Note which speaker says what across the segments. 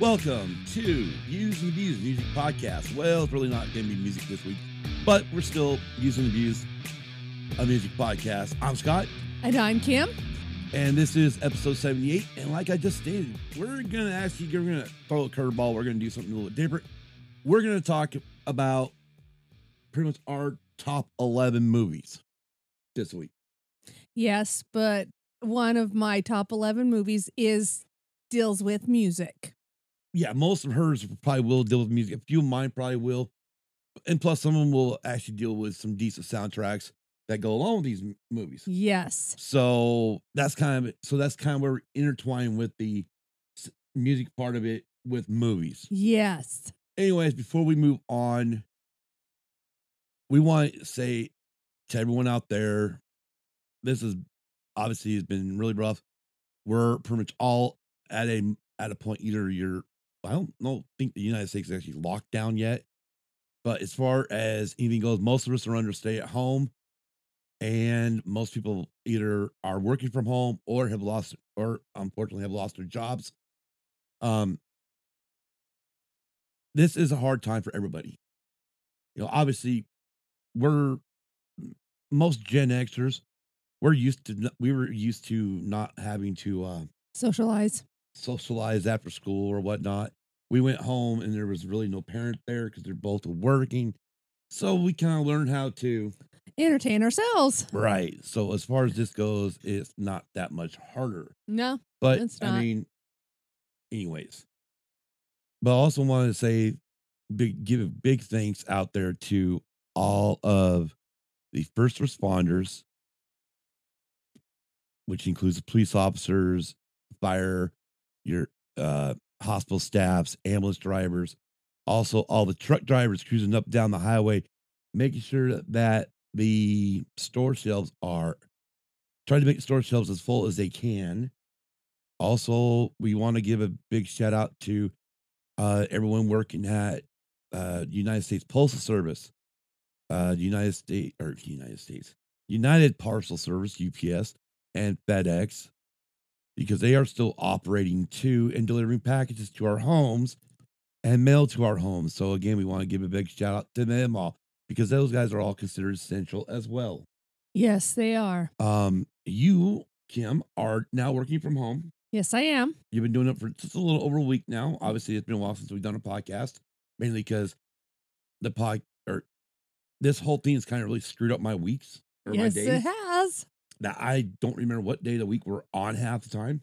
Speaker 1: Welcome to Use and Abuse Music Podcast. Well, it's really not going to be music this week, but we're still using and abuse a music podcast. I'm Scott,
Speaker 2: And I'm Kim.
Speaker 1: and this is episode 78. And like I just stated, we're going to ask you, we're going to throw a curveball. We're going to do something a little bit different. We're going to talk about pretty much our top 11 movies this week.
Speaker 2: Yes, but one of my top 11 movies is deals with music.
Speaker 1: yeah, most of hers probably will deal with music. A few of mine probably will, and plus some of them will actually deal with some decent soundtracks that go along with these m- movies.
Speaker 2: Yes.
Speaker 1: So that's kind of so that's kind of where we intertwine with the s- music part of it with movies.
Speaker 2: Yes.
Speaker 1: Anyways, before we move on, we want to say to everyone out there, this is obviously has been really rough. We're pretty much all at a at a point either you're I don't know think the United States is actually locked down yet. But as far as anything goes, most of us are under stay at home. And most people either are working from home or have lost or unfortunately have lost their jobs. Um this is a hard time for everybody. You know, obviously we're most Gen Xers, we're used to n- we were used to not having to uh
Speaker 2: Socialize.
Speaker 1: socialize after school or whatnot. We went home and there was really no parent there because they're both working. So we kind of learned how to.
Speaker 2: Entertain ourselves.
Speaker 1: Right. So as far as this goes, it's not that much harder.
Speaker 2: No.
Speaker 1: But
Speaker 2: It's
Speaker 1: I
Speaker 2: not.
Speaker 1: mean, anyways. But I also wanted to say, big, give a big thanks out there to all of the first responders, which includes police officers, fire, your uh, hospital staffs, ambulance drivers, also all the truck drivers cruising up down the highway, making sure that the store shelves are trying to make the store shelves as full as they can. Also, we want to give a big shout out to uh, everyone working at uh, United States Postal Service, uh, United States or United States United Parcel Service (UPS) and FedEx, because they are still operating too and delivering packages to our homes and mail to our homes. So again, we want to give a big shout out to them all because those guys are all considered essential as well.
Speaker 2: Yes, they are.
Speaker 1: Um, you, Kim, are now working from home.
Speaker 2: Yes, I am.
Speaker 1: You've been doing it for just a little over a week now. Obviously, it's been a while since we've done a podcast, mainly because the pod or this whole thing has kind of really screwed up my weeks or my
Speaker 2: yes, it
Speaker 1: days.
Speaker 2: has.
Speaker 1: That I don't remember what day of the week we're on half the time.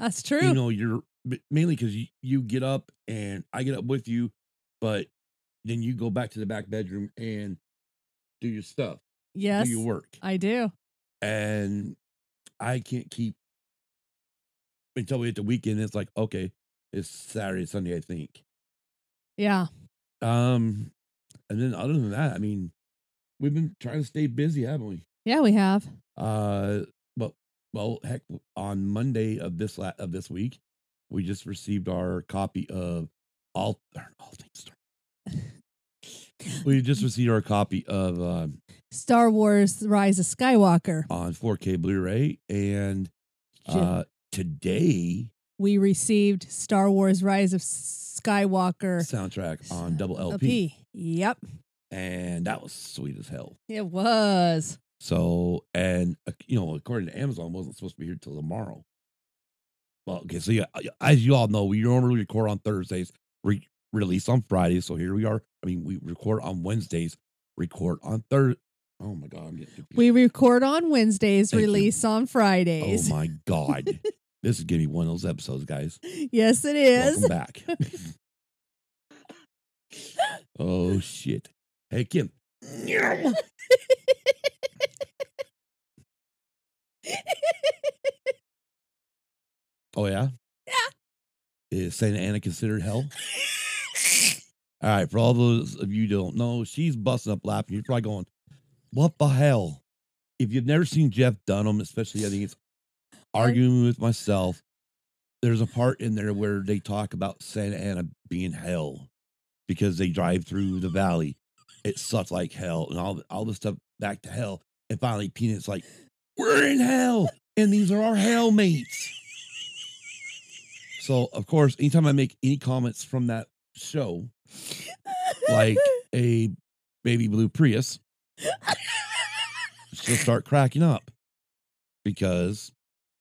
Speaker 2: That's true.
Speaker 1: You know, you're but mainly because you, you get up and I get up with you, but then you go back to the back bedroom and do your stuff,
Speaker 2: yes.
Speaker 1: do your work.
Speaker 2: I do.
Speaker 1: and I can't keep until we hit the weekend. It's like okay, it's Saturday, Sunday, I think.
Speaker 2: Yeah.
Speaker 1: Um, and then other than that, I mean, we've been trying to stay busy, haven't we?
Speaker 2: Yeah, we have.
Speaker 1: Uh, but well, heck, on Monday of this la- of this week, we just received our copy of all er, all things. we just received our copy of. Uh,
Speaker 2: Star Wars Rise of Skywalker.
Speaker 1: on 4K Blu-ray, and
Speaker 2: Ju-
Speaker 1: uh, today
Speaker 2: we received Star Wars Rise of Skywalker
Speaker 1: soundtrack on double LP,
Speaker 2: LP. Yep.
Speaker 1: and that was sweet as hell.
Speaker 2: It was.
Speaker 1: So, and uh, you know, according to Amazon, wasn't supposed to be here till tomorrow. Well, okay, so yeah, uh, as you all know, we normally record on Thursdays, re- release on Fridays. So here we are. I mean, we record on Wednesdays, record on Thursday. Oh my god, I'm getting confused.
Speaker 2: We record on Wednesdays,
Speaker 1: Thank you.
Speaker 2: release on
Speaker 1: Oh
Speaker 2: Fridays.
Speaker 1: my god, this is gonna be one of those episodes, guys.
Speaker 2: yes, it is.
Speaker 1: Welcome back. oh shit. Hey Kim. Oh yeah?
Speaker 2: Yeah.
Speaker 1: Is Santa Ana considered hell? All right, for all those of you who don't know, she's busting up laughing. You're probably going, What the hell? If you've never seen Jeff Dunham, especially I think it's arguing with myself, there's a part in there where they talk about Santa Ana being hell because they drive through the valley. It sucks like hell and all all this stuff back to hell. And finally Peanut's like, We're in hell and these are our hellmates. So of course, anytime I make any comments from that show, like a baby blue Prius, she'll start cracking up because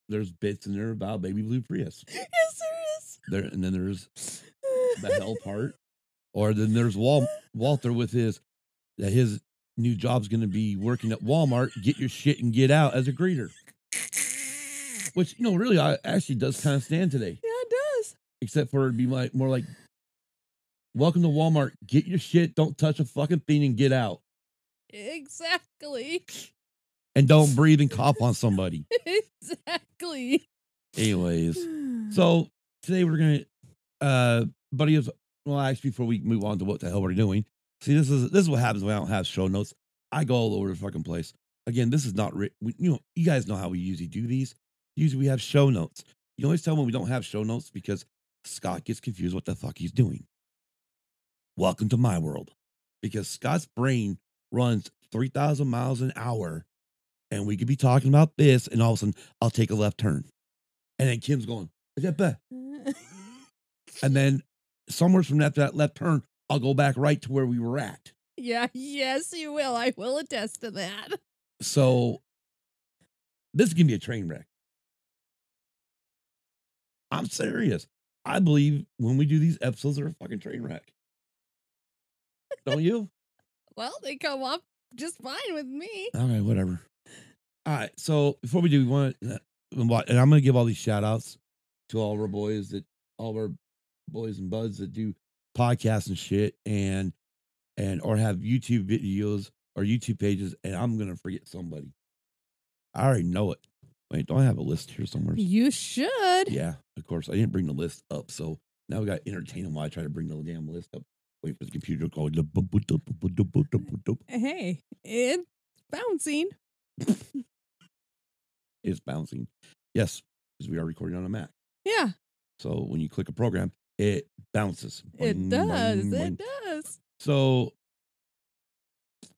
Speaker 1: there's bits in there about baby blue Prius.
Speaker 2: yes, there
Speaker 1: There and then there's
Speaker 2: is.
Speaker 1: the hell part, Oh. or then there's Wal- Walter with his that his new job's going to be working at Walmart. Get your shit and get out as a greeter, which you know really I, actually does kind of stand today.
Speaker 2: Yeah, it does.
Speaker 1: except for it'd be like more like welcome to Walmart, get your shit, don't touch a fucking thing and get out.
Speaker 2: Exactly.
Speaker 1: And don't breathe and cough on somebody.
Speaker 2: exactly.
Speaker 1: Anyways. So today we're gonna uh buddy is well actually before we move on to what the hell we're doing. See this is this is what happens when I don't have show notes. I go all over the fucking place. Again, this is not writ- we, you know you guys know how we usually do these. Usually we have show notes. You always tell when we don't have show notes because Scott gets confused what the fuck he's doing. Welcome to my world. Because Scott's brain runs 3,000 miles an hour and we could be talking about this and all of a sudden I'll take a left turn. And then Kim's going, "Is that bad?" And then somewhere from after that left turn, I'll go back right to where we were at.
Speaker 2: yeah, yes, you will. I will attest to that.
Speaker 1: So this is gonna be a train wreck. I'm serious. I believe when we do these episodes, they're a fucking train wreck. Don't you?
Speaker 2: Well, they come off just fine with me.
Speaker 1: All right, whatever. All right. So before we do, we want to, and I'm going to give all these shout outs to all of our boys that, all of our boys and buds that do podcasts and shit and, and, or have YouTube videos or YouTube pages. And I'm going to forget somebody. I already know it. Wait, don't I have a list here somewhere?
Speaker 2: You should.
Speaker 1: Yeah, of course. I didn't bring the list up. So now we got to entertain them while I try to bring the damn list up. Wait for the computer to go.
Speaker 2: Hey, it's bouncing.
Speaker 1: It's bouncing. Yes, because we are recording on a Mac.
Speaker 2: Yeah,
Speaker 1: So when you click a program, it bounces.
Speaker 2: it
Speaker 1: Boing,
Speaker 2: does.
Speaker 1: boing,
Speaker 2: It
Speaker 1: boing.
Speaker 2: does.
Speaker 1: So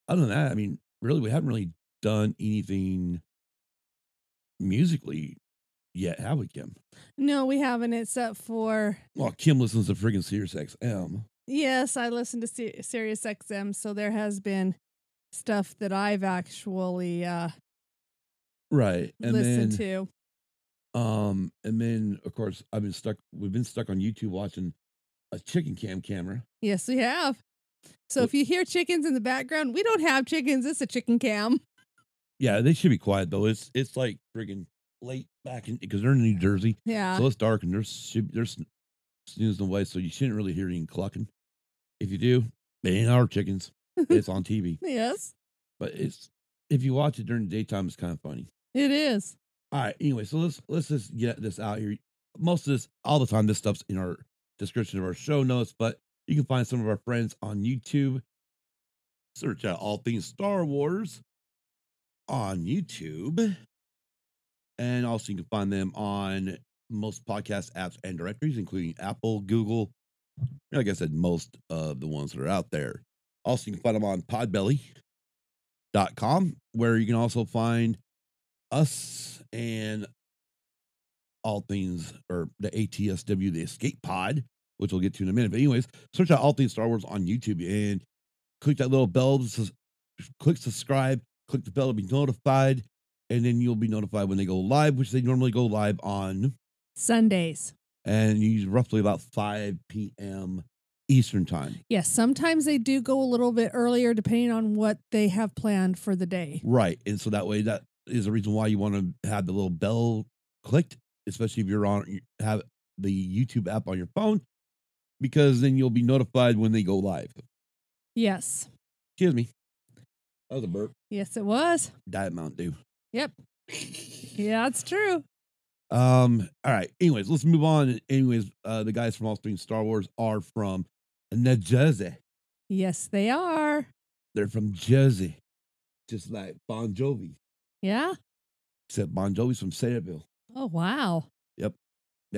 Speaker 1: other than that, I mean, really, we haven't really done anything musically yet, have we, Kim?
Speaker 2: No, we haven't, except for
Speaker 1: Well, Kim listens to friggin' Sirius XM.
Speaker 2: Yes, I listen to Sir- Sirius XM, so there has been stuff that I've actually uh,
Speaker 1: Right. And
Speaker 2: listened
Speaker 1: then
Speaker 2: to.
Speaker 1: um and then of course I've been stuck we've been stuck on YouTube watching a chicken cam camera.
Speaker 2: Yes, we have. So
Speaker 1: Wh-
Speaker 2: if you hear chickens in the background, we don't have chickens. It's a chicken cam.
Speaker 1: Yeah, they should be quiet though. It's it's like friggin' late back in because they're in New Jersey.
Speaker 2: Yeah.
Speaker 1: So it's dark and there's there's snoozing away, so you shouldn't really hear any clucking. If you do, they ain't our chickens. It's on TV,
Speaker 2: yes,
Speaker 1: but it's if you watch it during the daytime, it's kind of funny.
Speaker 2: it is.
Speaker 1: All right. Anyway, so let's let's just get this out here. Most of this, all the time, this stuff's in our description of our show notes, but you can find some of our friends on YouTube. Search out all things Star Wars on YouTube. And also you can find them on most podcast apps and directories, including Apple, Google, like I said, most of the ones that are out there. Also, you can find them on podbelly.com, where you can also find us and all things or the ATSW, the escape pod, which we'll get to in a minute. But anyways, search out all things Star Wars on YouTube and click that little bell. that says- Click subscribe, click the bell to be notified, and then you'll be notified when they go live, which they normally go live on
Speaker 2: Sundays.
Speaker 1: and use roughly about 5 p.m. Eastern time.
Speaker 2: Yes, sometimes they do go a little bit earlier depending on what they have planned for the day.
Speaker 1: Right. And so that way, that is the reason why you want to have the little bell clicked, especially if you're on, you have the YouTube app on your phone, because then you'll be notified when they go live.
Speaker 2: Yes.
Speaker 1: Excuse me. That was a burp.
Speaker 2: Yes, it was.
Speaker 1: Diet Mountain Dew.
Speaker 2: Yep. Yeah, it's true.
Speaker 1: Um. All right. Anyways, let's move on. Anyways, uh, the guys from All Things Star Wars are from New Jersey.
Speaker 2: Yes, they are.
Speaker 1: They're from Jersey, just like Bon Jovi,
Speaker 2: Yeah.
Speaker 1: except Bon Jovi's from Sayreville.
Speaker 2: Oh, wow.
Speaker 1: They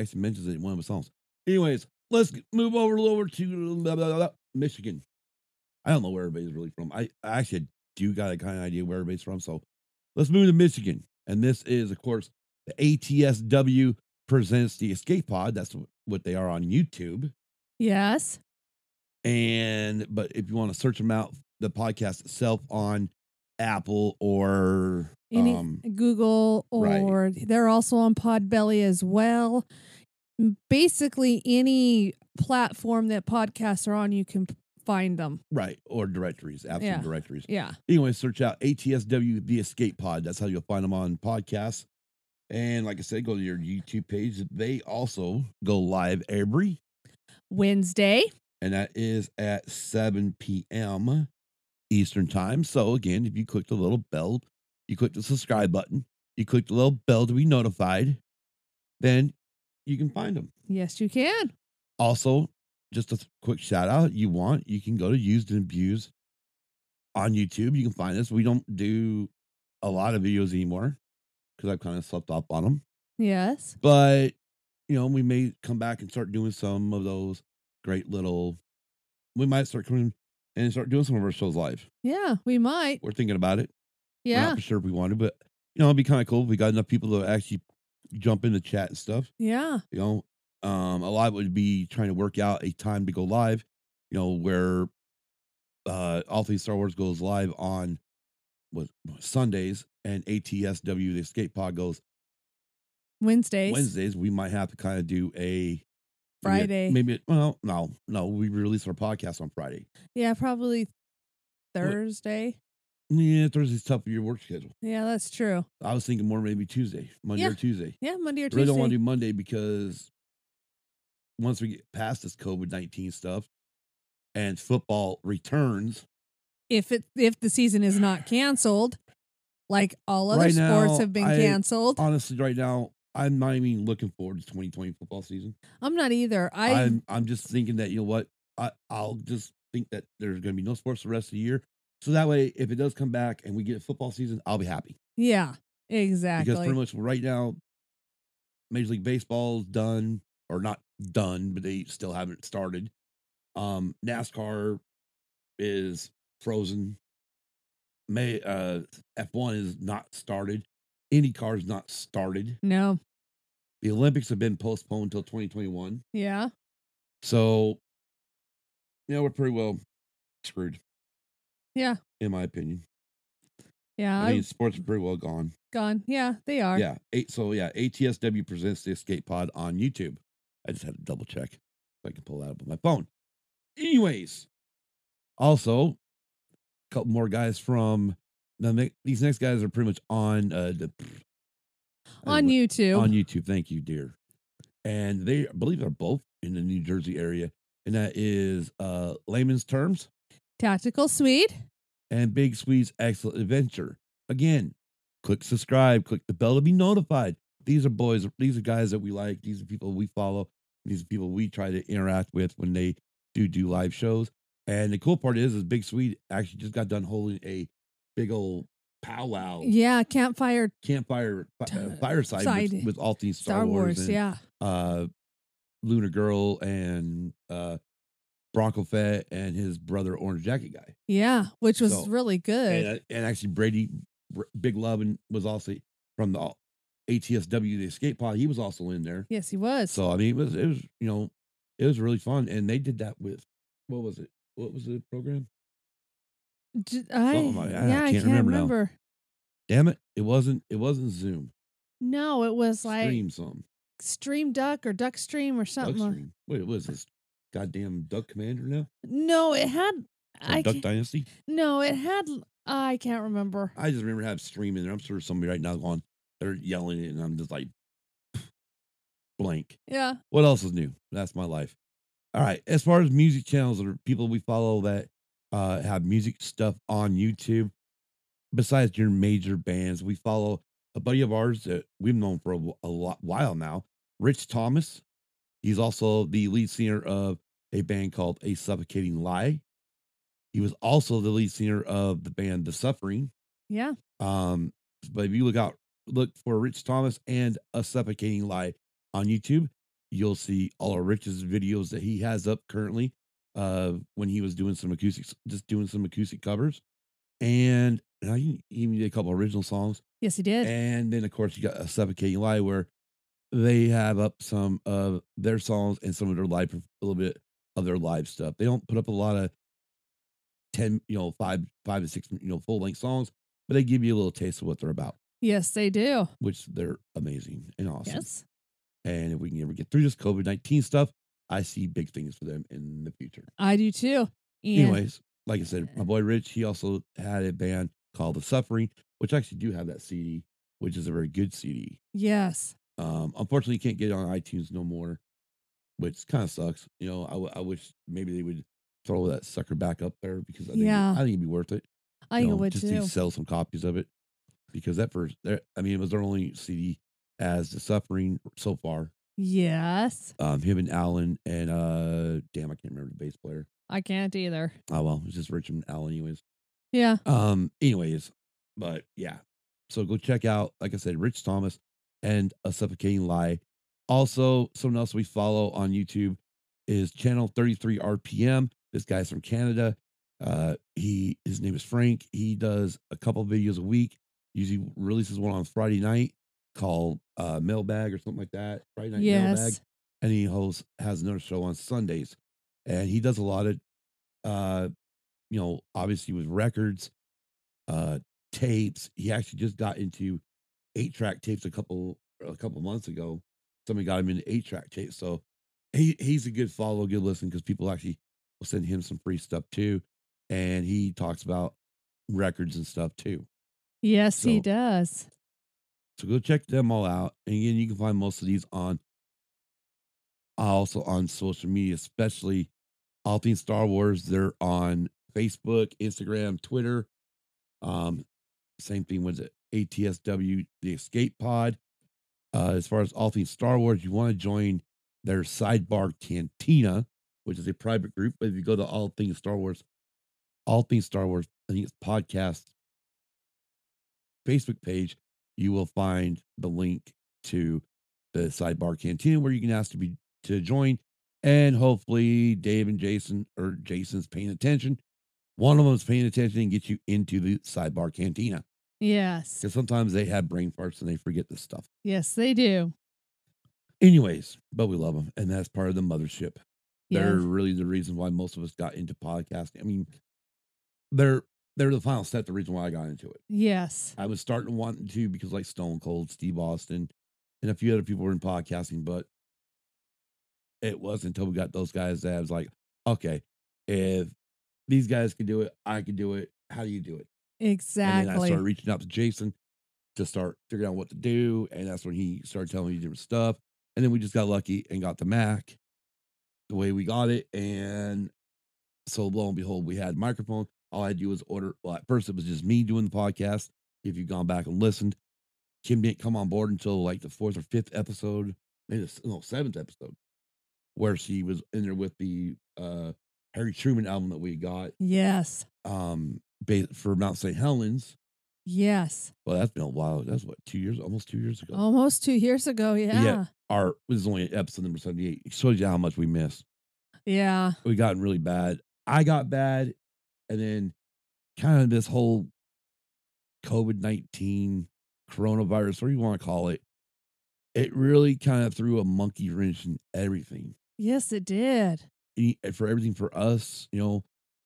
Speaker 1: actually mentions it in one of the songs. Anyways, let's g- move over over to blah, blah, blah, blah, Michigan. I don't know where everybody's really from. I, I actually do got a kind of idea where everybody's from. So let's move to Michigan. And this is, of course, the ATSW presents the Escape Pod. That's wh- what they are on YouTube.
Speaker 2: Yes.
Speaker 1: And but if you want to search them out, the podcast itself on Apple or
Speaker 2: Any
Speaker 1: um,
Speaker 2: Google
Speaker 1: right.
Speaker 2: or they're also on Podbelly as well. M- Basically, any platform that podcasts are on, you can p- find them.
Speaker 1: right or directories, absolute
Speaker 2: Yeah.
Speaker 1: directories.
Speaker 2: Yeah.
Speaker 1: Anyway, search out ATSW the Escape Pod. That's how you'll find them on podcasts. And like I said, go to your YouTube page. They also go live every,
Speaker 2: Wednesday.
Speaker 1: and that is at 7 p.m. Eastern time. So again, if you click the little bell, you click the subscribe button, you click the little bell to be notified, then you can find them.
Speaker 2: Yes, you can.
Speaker 1: Also, just a th- quick shout out you want, you can go to used and abused on YouTube. You can find us. We don't do a lot of videos anymore because I've kind of slept off on them.
Speaker 2: Yes.
Speaker 1: But, you know, we may come back and start doing some of those great little, we might start coming and start doing some of our shows live.
Speaker 2: Yeah, we might.
Speaker 1: We're thinking about it. We're
Speaker 2: Yeah.
Speaker 1: not for sure if we want to, but, you know, it'd be kind of cool if we got enough people to actually jump in the chat and stuff
Speaker 2: Yeah.
Speaker 1: you know um a lot would be trying to work out a time to go live you know where uh all things star wars goes live on what sundays and atsw the escape pod goes
Speaker 2: Wednesdays.
Speaker 1: wednesdays we might have to kind of do a maybe a-
Speaker 2: Friday.
Speaker 1: maybe, well no no we release our podcast on friday
Speaker 2: Yeah, probably Thursday.
Speaker 1: yeah thursday's tough for your work schedule
Speaker 2: Yeah, that's true.
Speaker 1: i was thinking more maybe tuesday monday or
Speaker 2: Yeah.
Speaker 1: tuesday
Speaker 2: Yeah, Monday or
Speaker 1: really don't want
Speaker 2: Tuesday.
Speaker 1: to do monday because once we get past this covid-19 stuff and football returns
Speaker 2: if it if the season is not canceled, like all other
Speaker 1: Right
Speaker 2: sports
Speaker 1: now,
Speaker 2: have been
Speaker 1: I-
Speaker 2: canceled.
Speaker 1: honestly right now i'm not even looking forward to 2020 football season
Speaker 2: I'm not either. I
Speaker 1: I, am i'm just thinking that you know what I, i'll just think that there's going to be no sports the rest of the year so that way if it does come back and we get football season i'll be happy
Speaker 2: yeah,
Speaker 1: because
Speaker 2: exactly.
Speaker 1: pretty much right now major league baseball's done or not done but they still haven't started um nascar is frozen may uh f1 is not started any car's not started
Speaker 2: no.
Speaker 1: the Olympics have been postponed until 2021.
Speaker 2: Yeah.
Speaker 1: So, you know, we're pretty well screwed.
Speaker 2: Yeah.
Speaker 1: In my opinion,
Speaker 2: Yeah.
Speaker 1: I
Speaker 2: I've
Speaker 1: mean, sports are pretty well gone.
Speaker 2: gone. Yeah, they are.
Speaker 1: Yeah. Eight, so, yeah, ATSW presents the Escape Pod on YouTube. I just had to double check if I can pull that up on my phone. Anyways, also, a couple more guys from the, ne- these next guys are pretty much on uh, the
Speaker 2: On
Speaker 1: uh,
Speaker 2: YouTube.
Speaker 1: on YouTube. Thank you, dear. And they I believe they're both in the New Jersey area, and that is uh layman's terms
Speaker 2: Tactical Swede.
Speaker 1: and Big Sweet's excellent adventure. Again, click subscribe, click the bell to be notified. These are boys, these are guys that we like, these are people we follow, these are people we try to interact with when they do do live shows. And the cool part is is Big Sweet actually just got done holding a big old powwow
Speaker 2: Yeah, campfire
Speaker 1: campfire fi- uh,
Speaker 2: Ti-
Speaker 1: fireside with,
Speaker 2: side.
Speaker 1: with all things Star,
Speaker 2: Star Wars.
Speaker 1: and-
Speaker 2: yeah.
Speaker 1: uh Lunar Girl and uh Bronco Fett and his brother Orange Jacket guy.
Speaker 2: Yeah. Which was
Speaker 1: So,
Speaker 2: really good.
Speaker 1: And, uh, and actually Brady Br- Big Love and was also from the ATSW the Escape Pod. He was also in there.
Speaker 2: yes, he was.
Speaker 1: So I mean it was it was you know it was really fun and they did that with what was it? What was the program?
Speaker 2: J- I,
Speaker 1: Oh my- I
Speaker 2: yeah, I
Speaker 1: can't
Speaker 2: can't
Speaker 1: remember
Speaker 2: remember.
Speaker 1: now. Damn it. It wasn't it wasn't Zoom.
Speaker 2: No, it was like
Speaker 1: Stream something.
Speaker 2: Stream Duck or Duck Stream or
Speaker 1: Duck
Speaker 2: something. like-
Speaker 1: stream. Wait, what is this? Goddamn Duck Commander now?
Speaker 2: No, it had.
Speaker 1: Or
Speaker 2: I
Speaker 1: Duck Uh,
Speaker 2: can't-
Speaker 1: Dynasty?
Speaker 2: no, it had. I can't remember.
Speaker 1: I just remember having streaming there. I'm sure somebody right now going, they're yelling it, and I'm just like blank.
Speaker 2: Yeah.
Speaker 1: What else is new? That's my life. All right. As far as music channels or people we follow that uh, have music stuff on YouTube, besides your major bands, we follow a buddy of ours that we've known for a, wh- a lot, while now, Rich Thomas. He's also the lead singer of a band called A Suffocating Lie. He was also the lead singer of the band The Suffering.
Speaker 2: Yeah.
Speaker 1: Um, but if you look out, look for Rich Thomas and a suffocating lie on YouTube, you'll see all of Rich's videos that he has up currently. Uh, when he was doing some acoustics, just doing some acoustic covers, and and I think he even did a couple original songs,
Speaker 2: Yes, he did.
Speaker 1: uh, and then of course you got a suffocating lie where they have up some of their songs and some of their live, perf- a little bit of their live stuff. They don't put up a lot of ten, you know, five, five to six, you know, full length songs, but they give you a little taste of what they're about,
Speaker 2: Yes, they do.
Speaker 1: which they're amazing and awesome.
Speaker 2: Yes.
Speaker 1: And if we can ever get through this COVID nineteen stuff, I see big things for them in the future.
Speaker 2: I do too. And
Speaker 1: Anyways, like I said, my boy Rich, he also had a band called The Suffering, which I actually do have that CD, which is a very good CD.
Speaker 2: Yes.
Speaker 1: Um, unfortunately, you can't get it on iTunes no more, which kind of sucks. You know, I, w- I wish maybe they would throw that sucker back up there because I think,
Speaker 2: Yeah.
Speaker 1: I think it'd be worth it.
Speaker 2: I
Speaker 1: you
Speaker 2: think
Speaker 1: know,
Speaker 2: it would
Speaker 1: just
Speaker 2: too.
Speaker 1: to sell some copies of it because that first, there, I mean, it was their only CD as The Suffering so far.
Speaker 2: Yes.
Speaker 1: Um, him and Alan and uh, damn, I can't remember the bass player.
Speaker 2: I can't either.
Speaker 1: Oh well, it's just Rich and Alan, anyways.
Speaker 2: Yeah.
Speaker 1: Um, anyways, but yeah. So go check out, like I said, Rich Thomas and A Suffocating Lie. Also, someone else we follow on YouTube is Channel 33 RPM. This guy's from Canada. Uh, he his name is Frank. He does a couple videos a week. Usually releases one on Friday night called uh, Mailbag or something like that. Friday night Mailbag
Speaker 2: Yes.
Speaker 1: and he hosts has another show on Sundays, and he does a lot of, uh, you know, obviously with records, uh, tapes. He actually just got into eight track tapes a couple a couple months ago. Somebody got him into eight track tapes, so he he's a good follow, good listen because people actually will send him some free stuff too, and he talks about records and stuff too.
Speaker 2: Yes, he
Speaker 1: So-
Speaker 2: does.
Speaker 1: So go check them all out. And again, you can find most of these on also on social media, especially all things Star Wars. They're on Facebook, Instagram, Twitter. Um, same thing with the ATSW, the Escape Pod. Uh, as far as all things Star Wars, you want to join their sidebar cantina, which is a private group. But if you go to all things Star Wars, all things Star Wars, I think it's podcast Facebook page you will find the link to the sidebar cantina where you can ask to be to join and hopefully dave and jason or jason's paying attention one of them's paying attention and get you into the sidebar cantina
Speaker 2: Yes.
Speaker 1: because sometimes they have brain farts and they forget this stuff
Speaker 2: Yes, they do.
Speaker 1: anyways but we love them and that's part of the mothership they're
Speaker 2: Yes.
Speaker 1: really the reason why most of us got into podcasting i mean they're they're the final step the reason why i got into it
Speaker 2: Yes.
Speaker 1: I was starting to want to because like Stone Cold, Steve Austin, and a few other people were in podcasting, but it wasn't until we got those guys that I was like, okay, if these guys can do it, I can do it. How do you do it? And then I
Speaker 2: Exactly.
Speaker 1: started reaching out to Jason to start figuring out what to do. And that's when he started telling me different stuff. And then we just got lucky and got the Mac the way we got it. And so lo and behold, we had microphone. All I had to do was order. Well, at first it was just me doing the podcast. If you've gone back and listened, Kim didn't come on board until like the fourth or fifth episode, maybe the s- no seventh episode, where she was in there with the uh Harry Truman album that we got
Speaker 2: Yes.
Speaker 1: um ba- for Mount St. Helens.
Speaker 2: Yes.
Speaker 1: Well, that's been a while. That's what two years, almost two years ago.
Speaker 2: Almost two years ago. Yeah. Yeah.
Speaker 1: Our this is only episode number seventy-eight. It shows you how much we missed.
Speaker 2: Yeah.
Speaker 1: We gotten really bad. I got bad, and then kind of this whole COVID nineteen coronavirus, whatever you want to call it, it really kind of threw a monkey wrench in everything.
Speaker 2: Yes, it did.
Speaker 1: any- e, eh, for everything for us, you know,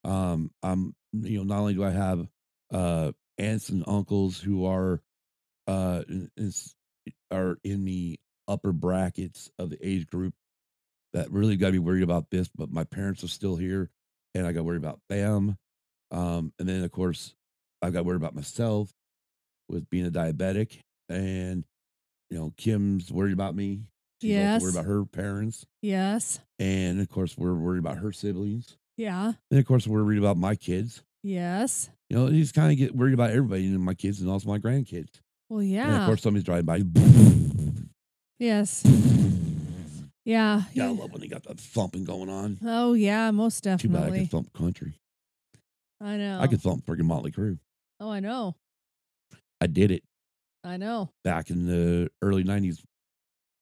Speaker 1: um, I'm, you know, not only do I have, uh, aunts and uncles who are, uh, in, in s- are in the upper brackets of the age group that really got to be worried about this, but my parents are still here and I got worried about them. Um, and then of course I got worried about myself with being a diabetic and, you know, Kim's worried about me. She's also
Speaker 2: Yes.
Speaker 1: worried about her parents.
Speaker 2: Yes.
Speaker 1: And of course, we're worried about her siblings.
Speaker 2: Yeah.
Speaker 1: And of course, we're worried about my kids.
Speaker 2: Yes.
Speaker 1: You know, you just kind of get worried about everybody and my kids and also my grandkids.
Speaker 2: Well,
Speaker 1: And of
Speaker 2: yeah.
Speaker 1: course, somebody's driving by.
Speaker 2: Yes. Yeah.
Speaker 1: Yeah, I
Speaker 2: you-
Speaker 1: love when they got that thumping going on.
Speaker 2: Oh yeah, most
Speaker 1: Too bad I
Speaker 2: definitely. Oh.
Speaker 1: could thump country.
Speaker 2: I know.
Speaker 1: I could thump freaking Motley Crue.
Speaker 2: Oh, I know.
Speaker 1: I did it
Speaker 2: I know.
Speaker 1: back in the early 90s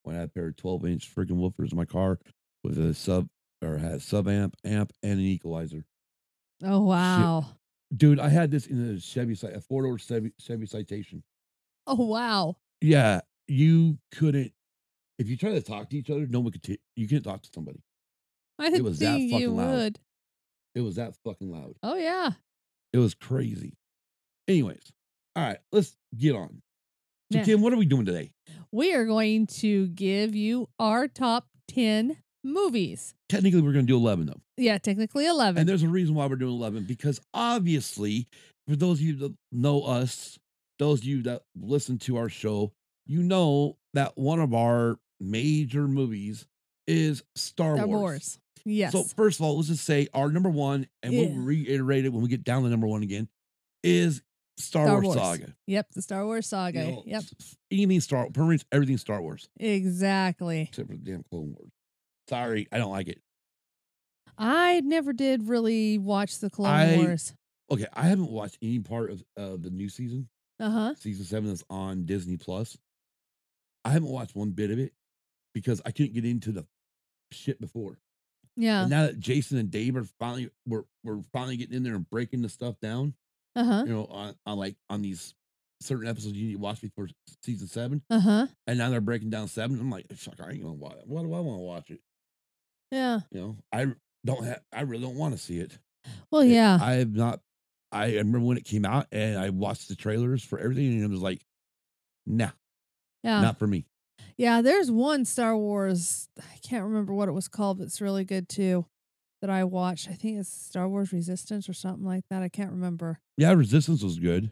Speaker 1: when I had a pair of 12 inch freaking woofers in my car with a sub or had a sub amp, amp, and an equalizer.
Speaker 2: Oh wow.
Speaker 1: Dude, I had this in a Chevy, Ci- a four door Chevy, Chevy Citation.
Speaker 2: Oh wow.
Speaker 1: Yeah, you couldn't If you try to talk to each other, no one could. T- you can't talk to somebody.
Speaker 2: I think
Speaker 1: was that fucking
Speaker 2: you
Speaker 1: loud.
Speaker 2: would.
Speaker 1: It was that fucking loud.
Speaker 2: Oh yeah.
Speaker 1: It was crazy. Anyways, all right, let's get on. So
Speaker 2: Yeah.
Speaker 1: Kim, what are we doing today?
Speaker 2: We are going to give you our top 10 movies.
Speaker 1: Technically, we're going to do eleven though.
Speaker 2: Yeah, technically 11.
Speaker 1: And there's a reason why we're doing 11 because obviously, for those of you that know us, those of you that listen to our show, you know that one of our major movies is Star,
Speaker 2: Star
Speaker 1: Wars.
Speaker 2: Wars. Yes.
Speaker 1: So, first of all, let's just say our number one, and we'll
Speaker 2: Yeah.
Speaker 1: reiterate it when we get down to number one again, is Star,
Speaker 2: Star
Speaker 1: Wars,
Speaker 2: Wars.
Speaker 1: Saga.
Speaker 2: yep, the Star Wars
Speaker 1: You
Speaker 2: saga.
Speaker 1: know,
Speaker 2: yep.
Speaker 1: s- s- Anything Star Wars, everything Star Wars,
Speaker 2: Exactly.
Speaker 1: except for the damn Clone Wars. Sorry, I don't like it.
Speaker 2: I never did really watch the Clone
Speaker 1: I-
Speaker 2: Wars.
Speaker 1: Okay, I haven't watched any part of uh, the new season.
Speaker 2: Uh-huh.
Speaker 1: season seven is on Disney Plus. I haven't watched one bit of it because I couldn't get into the shit before.
Speaker 2: Yeah.
Speaker 1: And now that Jason and Dave are finally we're we're finally getting in there and breaking the stuff down,
Speaker 2: Uh-huh.
Speaker 1: you know, on, on like on these certain episodes you need to watch before s- season seven.
Speaker 2: Uh-huh.
Speaker 1: And now they're breaking down seven. I'm like, fuck, I ain't gonna watch it. Why do I want to watch it?
Speaker 2: Yeah.
Speaker 1: You know, I r- don't have. I really don't want to see it.
Speaker 2: Well,
Speaker 1: It-
Speaker 2: Oh, yeah.
Speaker 1: I have not. I remember when it came out and I watched the trailers for everything and it was like, nah,
Speaker 2: yeah.
Speaker 1: not for me.
Speaker 2: Yeah, there's one Star Wars. I can't remember what it was called, but it's really good too. That I watched. I think it's Star Wars Resistance or something like that. I can't remember.
Speaker 1: Yeah, Resistance was good.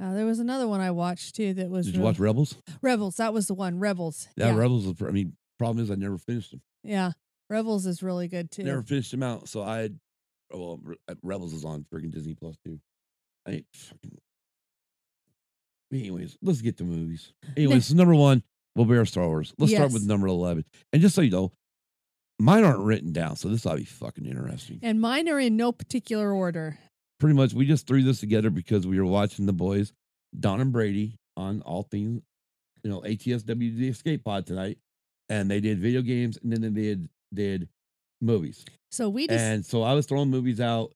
Speaker 2: Uh, there was another one I watched too that was
Speaker 1: Did you
Speaker 2: really-
Speaker 1: watch Rebels?
Speaker 2: Rebels. That was the one. Rebels.
Speaker 1: Yeah,
Speaker 2: yeah.
Speaker 1: Rebels. Was, I mean, problem is I never finished them.
Speaker 2: yeah. Rebels is really good too.
Speaker 1: Never finished them out. So I, oh, well, Re- uh, Rebels is on freaking Disney Plus too. I ain't fucking. Anyways, let's get to movies. Anyways, so number one will be our Star Wars. Let's start with
Speaker 2: Yes.
Speaker 1: number eleven. And just so you know, mine aren't written down, so this ought to be fucking interesting.
Speaker 2: And mine are in no particular order.
Speaker 1: Pretty much, we just threw this together because we were watching the boys, Don and Brady, on all things, you know, ATSW the Escape Pod tonight, and they did video games, and then they did did movies,
Speaker 2: So we just,
Speaker 1: and so I was throwing movies out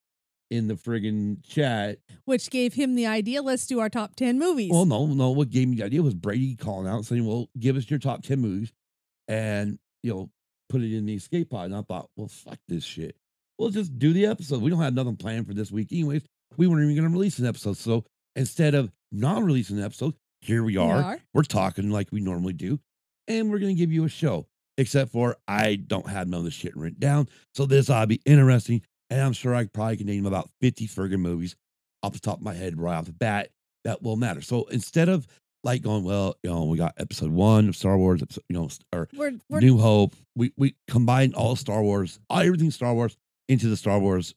Speaker 1: in the friggin' chat.
Speaker 2: which gave him the idea. Let's do our top ten movies.
Speaker 1: Well, no, no, what gave me the idea was Brady calling out saying, "Well, give us your top ten movies," and you know, put it in the Escape Pod, and I thought, well, fuck this shit. We'll just do the episode. We don't have nothing planned for this week, anyways. We weren't even going to release an episode, so instead of not releasing an episode, here we
Speaker 2: We
Speaker 1: are.
Speaker 2: are.
Speaker 1: We're talking like we normally do, and we're going to give you a show. Except for I don't have none of this shit written down, so this ought to be interesting. And I'm sure I probably can name about 50 friggin' movies off the top of my head right off the bat that will matter. So instead of like going, well, you know, we got episode one of Star Wars, episode, you know, or
Speaker 2: We're, we're
Speaker 1: New Hope, we we combined all Star Wars, all, everything Star Wars into the Star Wars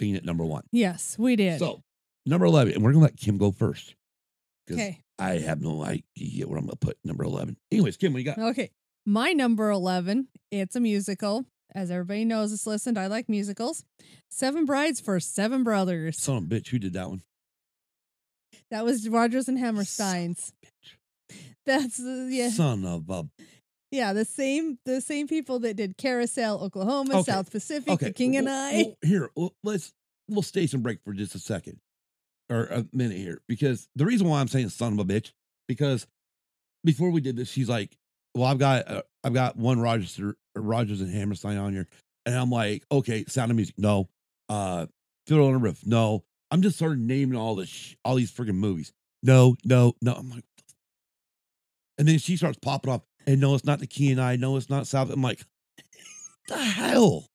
Speaker 1: being at number one.
Speaker 2: yes, we did.
Speaker 1: So number eleven, and we're gonna let Kim go first. 'cause
Speaker 2: okay.
Speaker 1: I have no idea what I'm gonna put number eleven. Anyways, Kim, what you got?
Speaker 2: Okay. My number 11, it's a musical. As everybody knows that's listened, I like musicals. Seven Brides for Seven Brothers.
Speaker 1: Son of a bitch, who did that one?
Speaker 2: that was Rogers and Hammerstein's. That's the yeah,
Speaker 1: Son of a
Speaker 2: yeah, the same the same people that did Carousel, Oklahoma,
Speaker 1: Okay.
Speaker 2: South Pacific,
Speaker 1: okay.
Speaker 2: The King and
Speaker 1: well,
Speaker 2: I.
Speaker 1: well, here, well, let's we'll stay some break for just a second or a minute here because the reason why I'm saying son of a bitch because before we did this, she's like, "Well, I've got uh, I've got one Rogers Rogers and Hammerstein on here," and I'm like, "Okay, Sound of Music, no, uh, Fiddle on the Roof, no." I'm just started naming all this sh- all these freaking movies. No, no, no. I'm like, and then she starts popping off, and no, it's not the Key and I. No, it's not South. I'm like, the hell.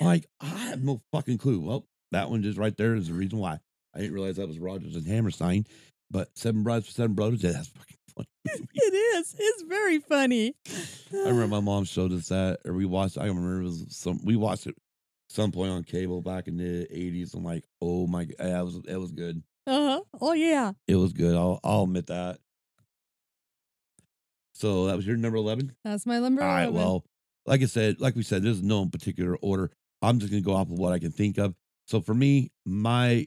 Speaker 1: Like, I have no fucking clue. Well, that one just right there is the reason why. I didn't realize that was Rogers and Hammerstein, but Seven Brides for Seven Brothers, yeah, that's fucking funny.
Speaker 2: It is. It's very funny.
Speaker 1: I remember my mom showed us that, or we watched, I remember it was some, we watched it some point on cable back in the 80s. I'm like, oh my, g- yeah, it was, it was good.
Speaker 2: Uh-huh. Oh yeah.
Speaker 1: It was good. I'll, I'll admit that. So that was your number 11?
Speaker 2: That's my number
Speaker 1: All right.
Speaker 2: 11.
Speaker 1: Well, like I said, like we said, there's no particular order. I'm just gonna go off of what I can think of. So for me, my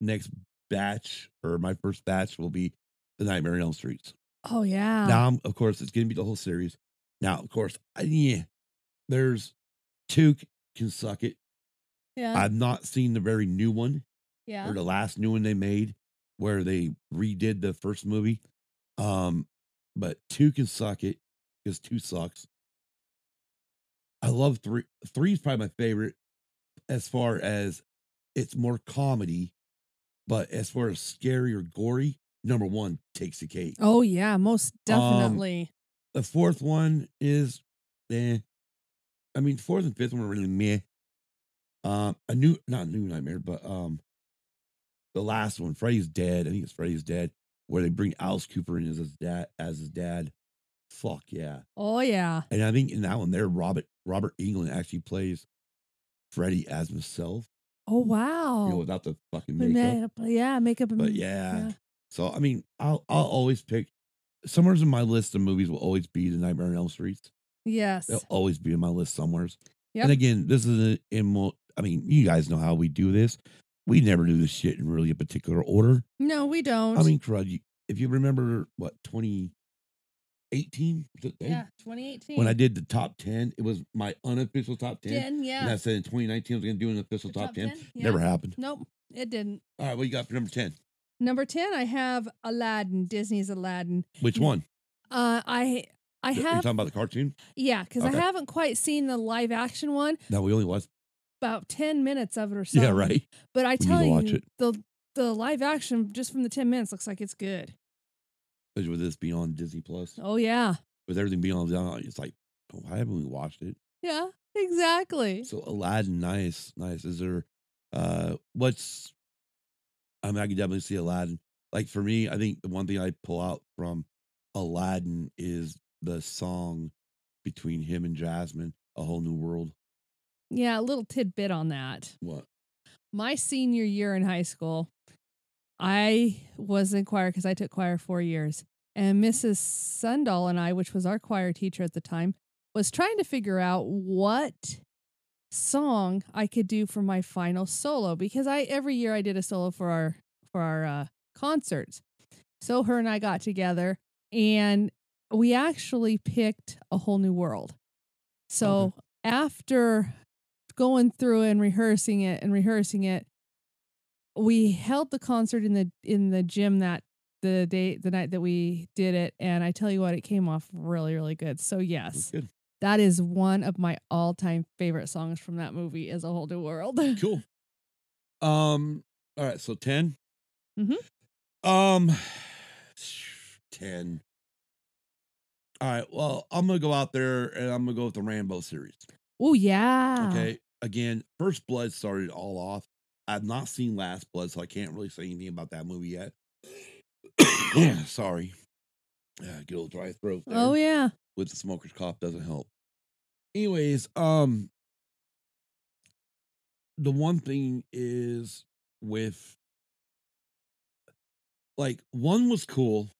Speaker 1: next batch or my first batch will be the Nightmare on Elm Streets.
Speaker 2: oh yeah.
Speaker 1: Now, I'm- of course, it's gonna be the whole series. Now, of course, I, yeah, there's two c- can suck it.
Speaker 2: yeah.
Speaker 1: I've not seen the very new one
Speaker 2: yeah.
Speaker 1: or the last new one they made where they redid the first movie. Um, but two can suck it because two sucks. I love three. Three is probably my favorite as far as it's more comedy, but as far as scary or gory, number one takes the cake.
Speaker 2: Oh yeah,
Speaker 1: Um,
Speaker 2: most definitely.
Speaker 1: The fourth one is, eh. I mean, fourth and fifth one are really meh. Um, a new, not new nightmare, but um, the last one, Freddy's dead. I think it's Freddy's dead, where they bring Alice Cooper in as his dad. As his dad, fuck yeah.
Speaker 2: oh yeah.
Speaker 1: And I think in that one there, Robert Robert England actually plays Freddy as himself,
Speaker 2: Oh
Speaker 1: you know,
Speaker 2: wow.
Speaker 1: without the fucking
Speaker 2: The
Speaker 1: makeup.
Speaker 2: ma- yeah, makeup. and-
Speaker 1: But yeah. So I mean, I'll I'll always pick. Somewhere's in my list of movies will always be The Nightmare on Elm Street.
Speaker 2: Yes.
Speaker 1: They'll always be in my list somewheres.
Speaker 2: Yep.
Speaker 1: And again, this is a, in. mo- I mean, you guys know how we do this. We never do this shit in really a particular order.
Speaker 2: No, we don't.
Speaker 1: I mean, crud. You, if you remember, what twenty eighteen?
Speaker 2: yeah, 2018.
Speaker 1: When I did the top ten, it was my unofficial top ten.
Speaker 2: Ten,
Speaker 1: And
Speaker 2: yeah.
Speaker 1: I said in 2019 I was going to do an official
Speaker 2: The
Speaker 1: top,
Speaker 2: top
Speaker 1: 10.
Speaker 2: 10? Yeah.
Speaker 1: Never happened.
Speaker 2: Nope, it didn't.
Speaker 1: All right, what you got for number 10?
Speaker 2: Number 10, I have Aladdin, Disney's Aladdin.
Speaker 1: Which one?
Speaker 2: Uh I I
Speaker 1: Are you
Speaker 2: have
Speaker 1: talking about the cartoon?
Speaker 2: yeah, cuz
Speaker 1: Okay.
Speaker 2: I haven't quite seen the live action one,
Speaker 1: No, we only watched.
Speaker 2: about 10 minutes of it or something.
Speaker 1: Yeah, right.
Speaker 2: But I
Speaker 1: need to
Speaker 2: tell
Speaker 1: watch
Speaker 2: you
Speaker 1: it.
Speaker 2: the the live action just from the 10 minutes looks like it's good.
Speaker 1: Because with this being on Disney Plus,
Speaker 2: Oh yeah.
Speaker 1: with everything being on, Disney, it's like, "Oh, why haven't we watched it?
Speaker 2: Yeah, exactly.
Speaker 1: So Aladdin, nice, nice. Is there, uh, what's, I mean, I can definitely see Aladdin. Like for me, I think the one thing I pull out from Aladdin is the song between him and Jasmine, A Whole New World.
Speaker 2: Yeah, a little tidbit on that.
Speaker 1: What?
Speaker 2: My senior year in high school, I was in choir because I took choir four years. And Mrs. Sundahl and I, which was our choir teacher at the time, was trying to figure out what song I could do for my final solo because I every year I did a solo for our for our uh, concerts. So her and I got together and we actually picked a whole new world. So
Speaker 1: Okay.
Speaker 2: after going through and rehearsing it and rehearsing it, we held the concert in the in the gym that the day the night that we did it and I tell you what it came off really really good. So yes.
Speaker 1: Good.
Speaker 2: That is one of my all-time favorite songs from that movie is A Whole New World.
Speaker 1: cool. Um. All right. So 10 Um. Ten. All right. Well, I'm gonna go out there and I'm gonna go with the Rambo series.
Speaker 2: Oh yeah.
Speaker 1: Okay. Again, First Blood started all off. I've not seen Last Blood, so I can't really say anything about that movie yet. Sorry. Uh, good old dry throat. There
Speaker 2: Oh yeah.
Speaker 1: with the smoker's cough doesn't help. Anyways, um the one thing is with like one was cool.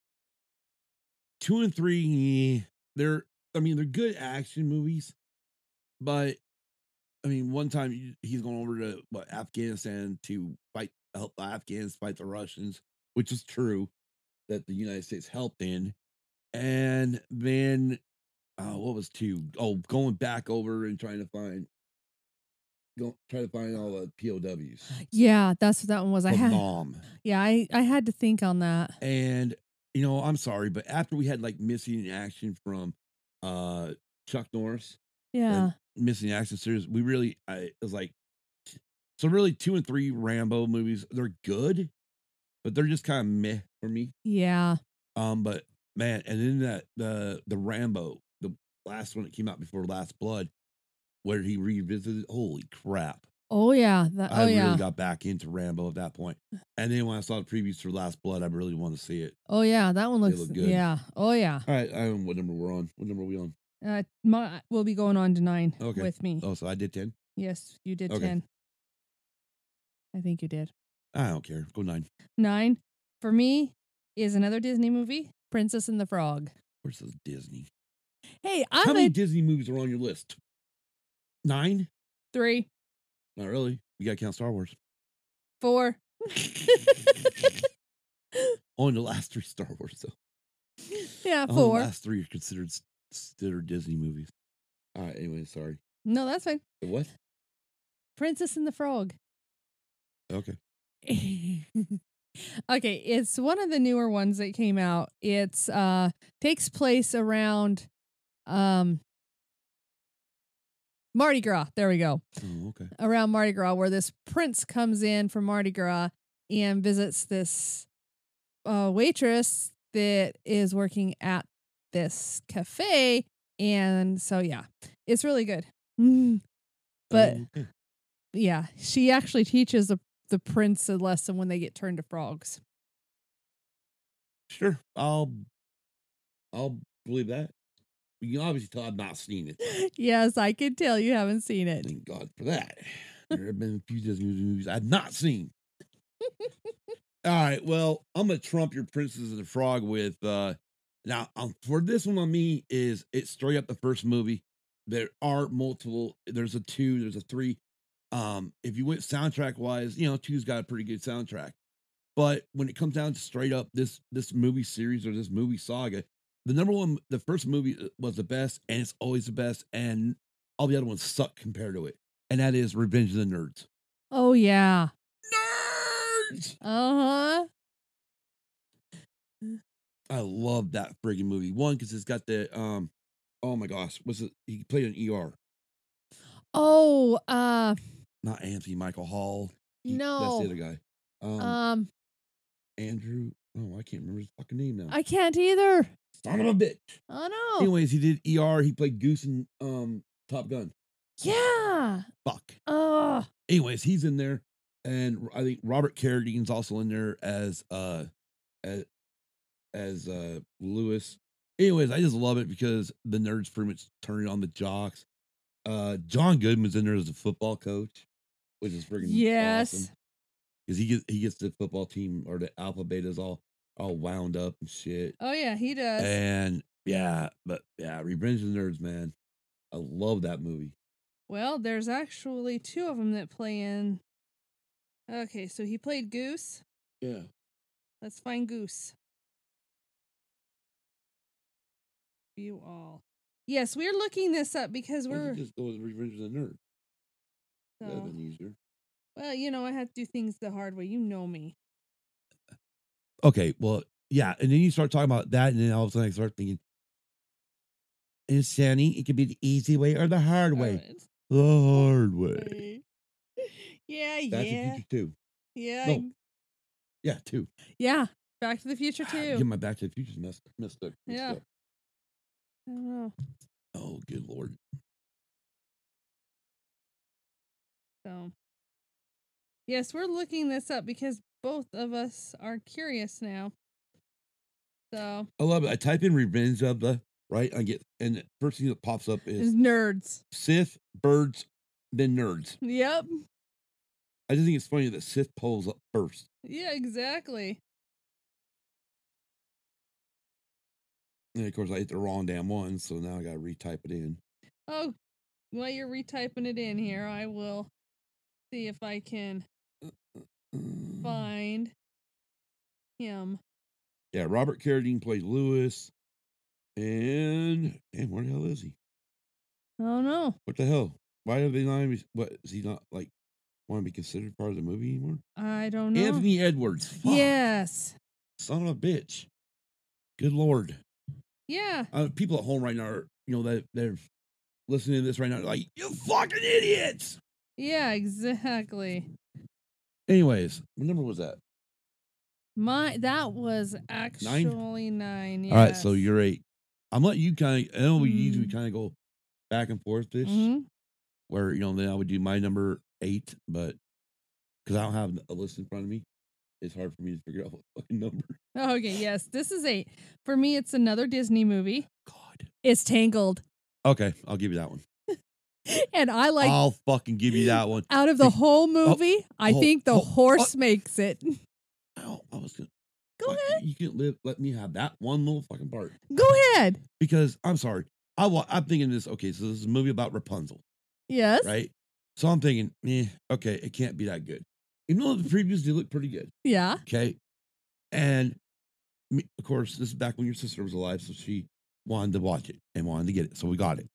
Speaker 1: Two and three, eh, they're I mean, they're good action movies, but I mean, one time he- he's going over to what Afghanistan to fight help the Afghans fight the Russians, which is true that the United States helped in. And then uh, what was two? Oh, going back over and trying to find go try to find all the POWs.
Speaker 2: Uh, Yeah, that's what that one was. I
Speaker 1: From
Speaker 2: had
Speaker 1: Nam.
Speaker 2: Yeah, I I had to think on that.
Speaker 1: And you know, I'm sorry, but after we had like missing in action from uh Chuck Norris,
Speaker 2: Yeah.
Speaker 1: missing in action series, we really I it was like so really two and three Rambo movies, they're good, but they're just kind of meh for me.
Speaker 2: Yeah.
Speaker 1: Um, but man, and then that the the Rambo, the last one that came out before Last Blood, where he revisited. Holy crap!
Speaker 2: Oh yeah. That,
Speaker 1: I
Speaker 2: oh
Speaker 1: really
Speaker 2: yeah. Uh.
Speaker 1: got back into Rambo at that point. And then when I saw the previews for Last Blood, I really want to see it.
Speaker 2: oh yeah. That one
Speaker 1: They
Speaker 2: looks
Speaker 1: look good.
Speaker 2: Yeah. Oh yeah.
Speaker 1: All right, I don't know what number we're on. What number are we on?
Speaker 2: Uh my will be going on to 9
Speaker 1: Okay.
Speaker 2: with me.
Speaker 1: Oh, so I did ten.
Speaker 2: Yes, you did
Speaker 1: Okay.
Speaker 2: 10. I think you did.
Speaker 1: I don't care. Go nine.
Speaker 2: 9 for me is another Disney movie, Princess and the Frog.
Speaker 1: Where's this Disney?
Speaker 2: Hey,
Speaker 1: How
Speaker 2: I'm
Speaker 1: many
Speaker 2: a
Speaker 1: Disney movies are on your list? Nine?
Speaker 2: 3
Speaker 1: Not really. You gotta count Star Wars.
Speaker 2: 4
Speaker 1: Only the last three Star Wars though.
Speaker 2: Yeah,
Speaker 1: Only the
Speaker 2: 4.
Speaker 1: last three are considered s- considered Disney movies. All right. Anyway, sorry.
Speaker 2: No, that's fine.
Speaker 1: The What?
Speaker 2: Princess and the Frog.
Speaker 1: Okay.
Speaker 2: I Okay, it's one of the newer ones that came out. It's uh takes place around um Mardi Gras. There we go.
Speaker 1: Oh, okay.
Speaker 2: Around Mardi Gras where this prince comes in from Mardi Gras and visits this uh waitress that is working at this cafe and so yeah. It's really good. Mm. But-
Speaker 1: Um, Okay.
Speaker 2: Yeah, she actually teaches the the prince a lesson when they get turned to frogs.
Speaker 1: sure, I'll I'll believe that. You can obviously tell I've not seen it.
Speaker 2: yes, I can tell you haven't seen it.
Speaker 1: Thank God for that. There have been a few Disney movies I've not seen. All right, well, I'm gonna trump your Princess of the Frog with uh now um, for this one on me is it's straight up the first movie. There are multiple. There's a two. There's a three. Um, if you went soundtrack wise, you know two's got a pretty good soundtrack. But when it comes down to straight up this this movie series or this movie saga, the number one, the first movie uh, was the best, and it's always the best. And all the other ones suck compared to it, and that is Revenge of the Nerds.
Speaker 2: Oh yeah.
Speaker 1: Nerds!
Speaker 2: Uh-huh.
Speaker 1: I love that friggin' movie. One because it's got the um, oh my gosh, was it? He played an ER,
Speaker 2: Oh, uh
Speaker 1: not Anthony Michael Hall. He- that's the
Speaker 2: no.
Speaker 1: other guy. Um,
Speaker 2: Um
Speaker 1: Andrew. Oh, I can't remember his fucking name now.
Speaker 2: I can't either.
Speaker 1: Son of a bitch.
Speaker 2: Oh no.
Speaker 1: Anyways, he did ER. He played Goose in um Top Gun.
Speaker 2: Yeah.
Speaker 1: Fuck.
Speaker 2: Uh
Speaker 1: anyways, he's in there, and I think Robert Carradine's also in there as uh as as uh Lewis. Anyways, I just love it because the nerds pretty much turn it on the jocks. Uh John Goodman's in there as a football coach, which is freaking
Speaker 2: yes.
Speaker 1: because he gets he gets the football team or the alpha betas all all wound up and shit.
Speaker 2: Oh yeah, he does.
Speaker 1: Eh. And yeah, but yeah, Revenge of the Nerds, man. I love that movie.
Speaker 2: well, there's actually two of them that play in Okay, so he played Goose.
Speaker 1: Yeah.
Speaker 2: Let's find Goose. You all. Yes, we're looking this up because we're
Speaker 1: just go with Revenge of the Nerds. That'd
Speaker 2: uh,
Speaker 1: have been easier.
Speaker 2: well, you know, I have to do things the hard way. You know me.
Speaker 1: Okay, well, yeah, and then you start talking about that, and then all of a sudden I start thinking, insanity. It could be the easy way or the hard way. The hard way.
Speaker 2: Alright. Yeah,
Speaker 1: That's
Speaker 2: yeah.
Speaker 1: a future two.
Speaker 2: Yeah.
Speaker 1: No.
Speaker 2: I'm-
Speaker 1: Yeah, two.
Speaker 2: Yeah. Back to the Future
Speaker 1: Get
Speaker 2: too.
Speaker 1: my Back to the Future's messed messed up. messed
Speaker 2: Yeah.
Speaker 1: up.
Speaker 2: I don't know.
Speaker 1: Oh, good lord.
Speaker 2: So Yes, we're looking this up because both of us are curious now. So
Speaker 1: I love it. I type in Revenge of the right. I get and the first thing that pops up
Speaker 2: Mm-hmm.
Speaker 1: is
Speaker 2: nerds.
Speaker 1: Sith birds, then nerds.
Speaker 2: Yep.
Speaker 1: I just think it's funny that Sith pulls up first.
Speaker 2: Yeah, exactly.
Speaker 1: And of course, I hit the wrong damn one, so now I got to retype it in.
Speaker 2: Oh, while you're retyping it in here, I will see if I can
Speaker 1: Mm.
Speaker 2: find him.
Speaker 1: Yeah, Robert Carradine played Lewis. And damn, where the hell is he?
Speaker 2: Oh no,
Speaker 1: What the hell? Why are they not? Even, what is he not like? Want to be considered part of the movie anymore?
Speaker 2: I don't know.
Speaker 1: Anthony Edwards. Fuck,
Speaker 2: Yes.
Speaker 1: son of a bitch. Good lord.
Speaker 2: Yeah.
Speaker 1: Uh, people at home right now, are, you know that they're listening to this right now, they're like you fucking idiots.
Speaker 2: Yeah, exactly.
Speaker 1: Anyways, what number was that?
Speaker 2: My that was actually nine.
Speaker 1: All right, so
Speaker 2: yes.
Speaker 1: you're eight. I'm letting you kind of. I know we
Speaker 2: Mm.
Speaker 1: usually kind of go back and forth this.
Speaker 2: Mhm.
Speaker 1: where you know then I would do my number eight, but because I don't have a list in front of me, it's hard for me to figure out what fucking number.
Speaker 2: Okay, yes. This is eight. For me, it's another Disney movie.
Speaker 1: God.
Speaker 2: It's Tangled.
Speaker 1: Okay, I'll give you that one.
Speaker 2: And I like
Speaker 1: I'll fucking give Oh. you that one.
Speaker 2: out of the
Speaker 1: Be-
Speaker 2: whole movie, I
Speaker 1: oh,
Speaker 2: think the
Speaker 1: oh,
Speaker 2: horse makes it.
Speaker 1: Oh, I was gonna.
Speaker 2: Go
Speaker 1: fuck,
Speaker 2: ahead.
Speaker 1: You can live. Let me have that one little fucking part
Speaker 2: Go ahead.
Speaker 1: because I'm sorry. I wa- I'm thinking this. Okay, so this is a movie about Rapunzel,
Speaker 2: Yes.
Speaker 1: right? So I'm thinking, eh, okay, it can't be that good. Even though the previews did look pretty good.
Speaker 2: Yeah.
Speaker 1: Okay. And me, of course, this is back when your sister was alive. So she wanted to watch it and wanted to get it. So we got it.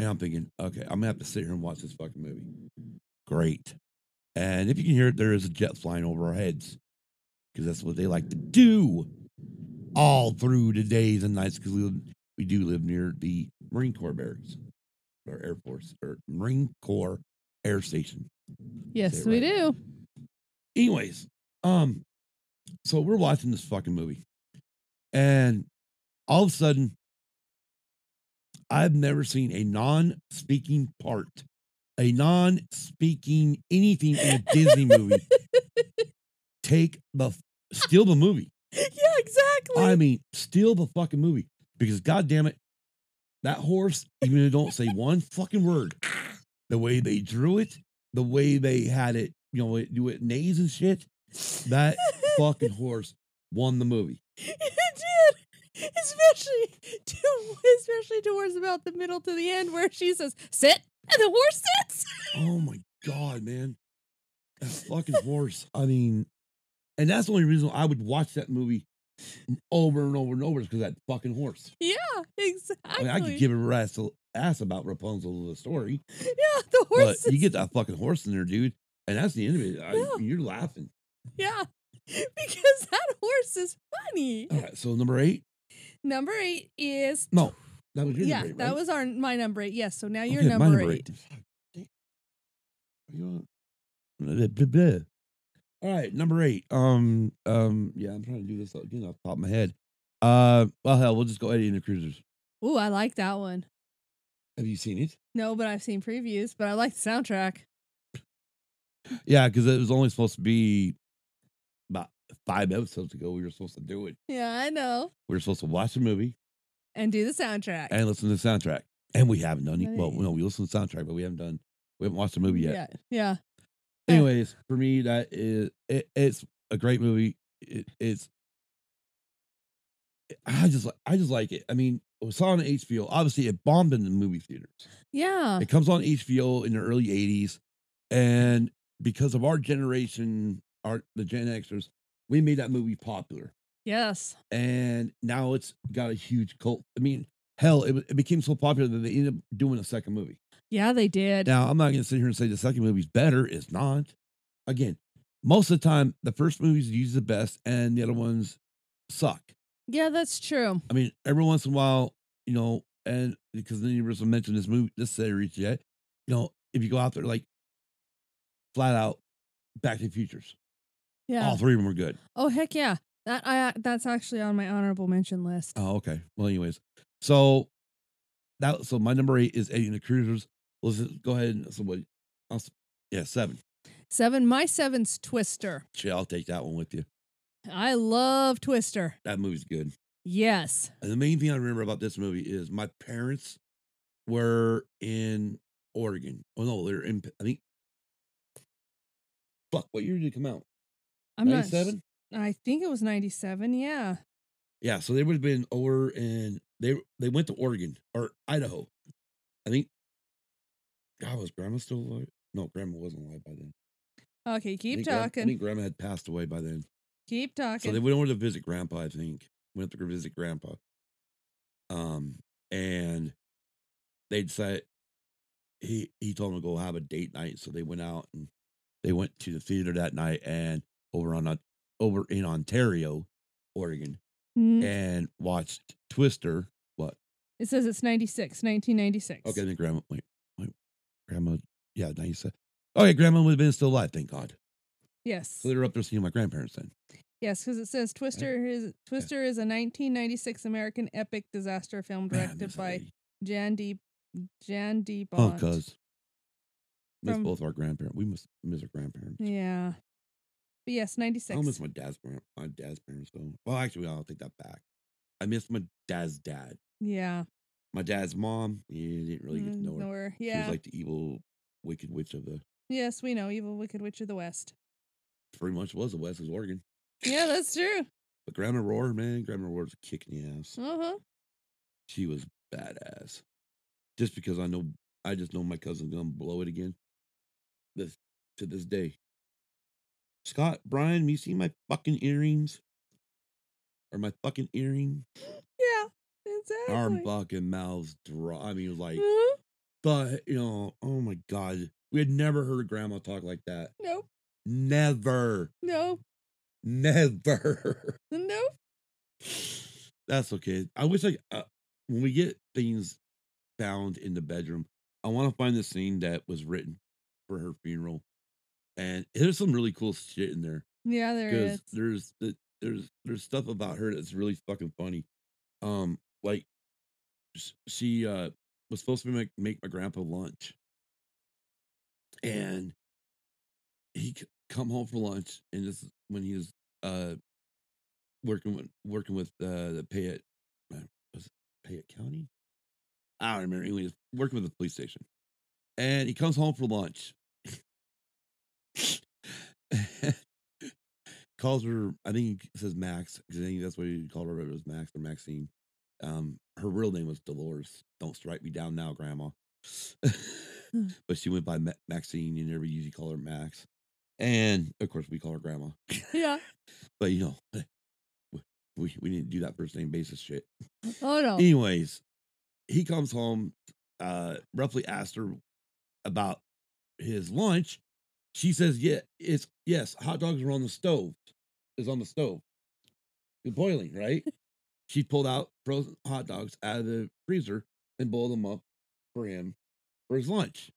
Speaker 1: And I'm thinking, okay, I'm going to have to sit here and watch this fucking movie. Great. And if you can hear it, there is a jet flying over our heads. because that's what they like to do all through the days and nights because we, live- we do live near the Marine Corps barracks or Air Force or Marine Corps Air Station.
Speaker 2: Yes,
Speaker 1: Say it
Speaker 2: we
Speaker 1: right.
Speaker 2: do.
Speaker 1: Anyways, um, so we're watching this fucking movie, and all of a sudden, I've never seen a non-speaking part, a non-speaking anything in a Disney movie take the f- steal the movie.
Speaker 2: yeah, exactly.
Speaker 1: I mean, steal the fucking movie because God damn it, that horse, even if they don't say one fucking word, the way they drew it, the way they had it, you know, it, do it nays and shit, that fucking horse won the movie.
Speaker 2: it did. Especially to, especially towards about the middle to the end where she says, sit, and the horse sits.
Speaker 1: Oh my god, man, that fucking horse. I mean, and that's the only reason I would watch that movie over and over and over is because that fucking horse.
Speaker 2: Yeah,
Speaker 1: I
Speaker 2: exactly.
Speaker 1: mean, I could give a rat's ass about Rapunzel the story.
Speaker 2: yeah, the horse
Speaker 1: But
Speaker 2: sits.
Speaker 1: you get that fucking horse in there, dude, and that's the end of it. I,
Speaker 2: Yeah.
Speaker 1: You're laughing.
Speaker 2: Yeah, because that horse is funny.
Speaker 1: All right, so number eight,
Speaker 2: Number eight is
Speaker 1: no, that was your
Speaker 2: yeah,
Speaker 1: number eight,
Speaker 2: that
Speaker 1: right?
Speaker 2: was our my number eight. Yes, so now
Speaker 1: Okay,
Speaker 2: you're
Speaker 1: my
Speaker 2: number, eight.
Speaker 1: Are you on? Blah, blah, blah. All right, number eight. Um, um, yeah, I'm trying to do this again off the top of my head. Uh, well, hell, we'll just go Eddie and the Cruisers.
Speaker 2: Ooh, I like that one.
Speaker 1: Have you seen it?
Speaker 2: No, but I've seen previews, but I like the soundtrack.
Speaker 1: Yeah, because it was only supposed to be about five episodes ago. We were supposed to do it.
Speaker 2: Yeah, I know.
Speaker 1: We were supposed to watch the movie,
Speaker 2: And do the soundtrack.
Speaker 1: and listen to the soundtrack. And we haven't done it. Well,
Speaker 2: Right.
Speaker 1: no, we listened to the soundtrack, but we haven't done. We haven't watched the movie yet.
Speaker 2: Yeah, yeah. Yeah.
Speaker 1: Anyways, for me, that is it, it's a great movie. It, it's I just li- I just like it. I mean, it was on HBO. Obviously, it bombed in the movie theaters.
Speaker 2: Yeah.
Speaker 1: It comes on HBO in the early '80s, and because of our generation, our the Gen Xers, we made that movie popular
Speaker 2: Yes.
Speaker 1: and now it's got a huge cult. I mean, hell, it, it became so popular that they ended up doing a second movie.
Speaker 2: Yeah, they did.
Speaker 1: Now, I'm not going to sit here and say the second movie's better. It's not. Again, most of the time, the first movie's usually the best, and the other ones suck.
Speaker 2: Yeah, that's true.
Speaker 1: I mean, every once in a while, you know, and because the Universal mentioned this movie, this series yet, you know, if you go out there like flat out Back to the Futures,
Speaker 2: Yeah.
Speaker 1: all three of them were good.
Speaker 2: Oh heck yeah. That I uh, that's actually on my honorable mention list.
Speaker 1: Oh, okay. Well, anyways, so that so my number eight is Eddie and the Cruisers. Let's just go ahead and so what? I'll, s- yeah, seven.
Speaker 2: Seven. My seven's Twister.
Speaker 1: Shit, I'll take that one with you.
Speaker 2: I love Twister.
Speaker 1: That movie's good.
Speaker 2: Yes.
Speaker 1: And the main thing I remember about this movie is my parents were in Oregon. Oh no, they're in. I think. Fuck! What year did it come out?
Speaker 2: I'm not.
Speaker 1: seven.
Speaker 2: I think it was 97. Yeah.
Speaker 1: Yeah, so they would have been over and they they went to Oregon or Idaho. I think. God, was Grandma still alive? No, Grandma wasn't alive by then.
Speaker 2: Okay,
Speaker 1: I
Speaker 2: keep
Speaker 1: think Gran- I
Speaker 2: talking.
Speaker 1: think Grandma had passed away by then,
Speaker 2: keep talking.
Speaker 1: so they went over to visit Grandpa. I think went up to visit Grandpa. Um, and they decided he he told them to go have a date night, so they went out and they went to the theater that night and over on Ont- over in Ontario, Oregon,
Speaker 2: Mm,
Speaker 1: and watched Twister. What?
Speaker 2: it says it's 96, 1996.
Speaker 1: Okay, then Grandma. Wait, wait, Grandma. Yeah, now you said. Okay, Grandma would have been still alive. Thank God.
Speaker 2: Yes.
Speaker 1: So they were up there seeing my grandparents then.
Speaker 2: Yes, because it says Twister is Twister is a 1996 American epic disaster
Speaker 1: Man,
Speaker 2: film directed
Speaker 1: this
Speaker 2: by
Speaker 1: lady.
Speaker 2: Jan D. Jan D.
Speaker 1: Oh,
Speaker 2: Bond.
Speaker 1: cuz. Miss
Speaker 2: From-
Speaker 1: both our grandparents. We miss miss our grandparents.
Speaker 2: yeah. But yes,
Speaker 1: I
Speaker 2: 96.
Speaker 1: don't miss my dad's par- my dad's parents though. Well, actually, I'll take that back. I miss my dad's dad.
Speaker 2: yeah.
Speaker 1: My dad's mom. Yeah, didn't really get to
Speaker 2: Mm,
Speaker 1: know her.
Speaker 2: nowhere.
Speaker 1: She
Speaker 2: Yeah.
Speaker 1: was like the evil, wicked witch of the.
Speaker 2: yes, we know. Evil Wicked Witch of the West.
Speaker 1: Pretty much was the West was Oregon.
Speaker 2: Yeah, that's true.
Speaker 1: But Grandma Roar, man, Grandma Roar was a kick in the ass.
Speaker 2: Uh huh.
Speaker 1: She was badass. Just because I know, I just know my cousin's gonna blow it again. This to this day. Scott, Brian, you see my fucking earrings? Or my fucking earring?
Speaker 2: Yeah, exactly.
Speaker 1: Our fucking mouths dry. I mean, it was like,
Speaker 2: Mhm.
Speaker 1: but you know, oh my god, we had never heard grandma talk like that.
Speaker 2: Nope.
Speaker 1: Never.
Speaker 2: No.
Speaker 1: Never.
Speaker 2: No.
Speaker 1: That's okay. I wish I uh, when we get things found in the bedroom, I want to find the scene that was written for her funeral, and there's some really cool shit in there
Speaker 2: Yeah, there
Speaker 1: because
Speaker 2: is.
Speaker 1: there's the, there's there's stuff about her that's really fucking funny. Um, like s- she uh was supposed to make make my grandpa lunch, and he c- come home for lunch, and this is when he was uh working with working with uh the Payette uh, was it Payette County. I don't remember. Anyway, he was working with the police station, and he comes home for lunch. calls her. I think he says Max because I think that's what he called her. But it was Max or Maxine. Um, her real name was Dolores. Don't strike me down now, Grandma. but she went by Ma- Maxine, and everybody usually call her Max. And of course, we call her Grandma.
Speaker 2: Yeah.
Speaker 1: But you know, we- we we didn't do that first name basis shit.
Speaker 2: Oh no.
Speaker 1: Anyways, he comes home, uh, roughly asked her about his lunch. She says, Yeah, it's yes, hot dogs are on the stove. Is on the stove. They're boiling, right? she pulled out frozen hot dogs out of the freezer and boiled them up for him for his lunch.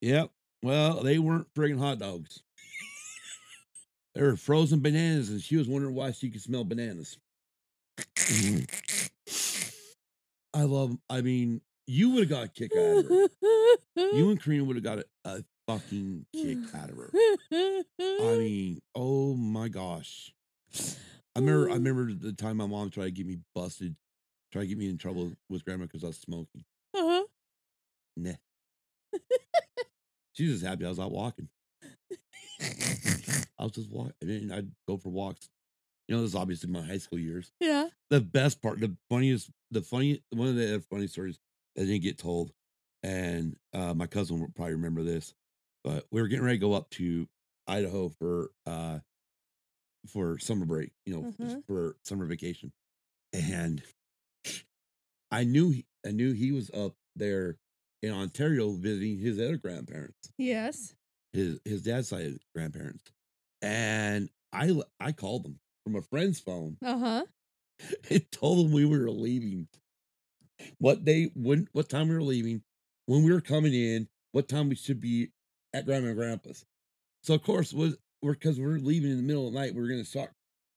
Speaker 1: Yep. Well, they weren't friggin' hot dogs. they were frozen bananas, and she was wondering why she could smell bananas. I love. I mean, you would have got a kick out of her. You and Karina would have got a, a fucking kick out of her. I mean, oh my gosh. I remember. I remember the time my mom tried to get me busted, tried to get me in trouble with grandma because I was smoking.
Speaker 2: uh-huh.
Speaker 1: Nah. she was just happy I was out walking. I was just walking. I mean, I'd go for walks. You know, this is obviously my high school years.
Speaker 2: Yeah.
Speaker 1: the best part, the funniest, the funny, one of the other funny stories that didn't get told, and uh, my cousin will probably remember this, but we were getting ready to go up to Idaho for uh for summer break, you know,
Speaker 2: Uh-huh.
Speaker 1: for summer vacation, and I knew he, I knew he was up there in Ontario visiting his other grandparents
Speaker 2: Yes.
Speaker 1: his his dad's side of grandparents, and I l- I called them from a friend's phone
Speaker 2: Uh huh.
Speaker 1: and told them we were leaving. What day? When? What time we were leaving? When we were coming in? What time we should be at Grandma and Grandpa's? So of course was we're because we're leaving in the middle of the night. We're gonna shock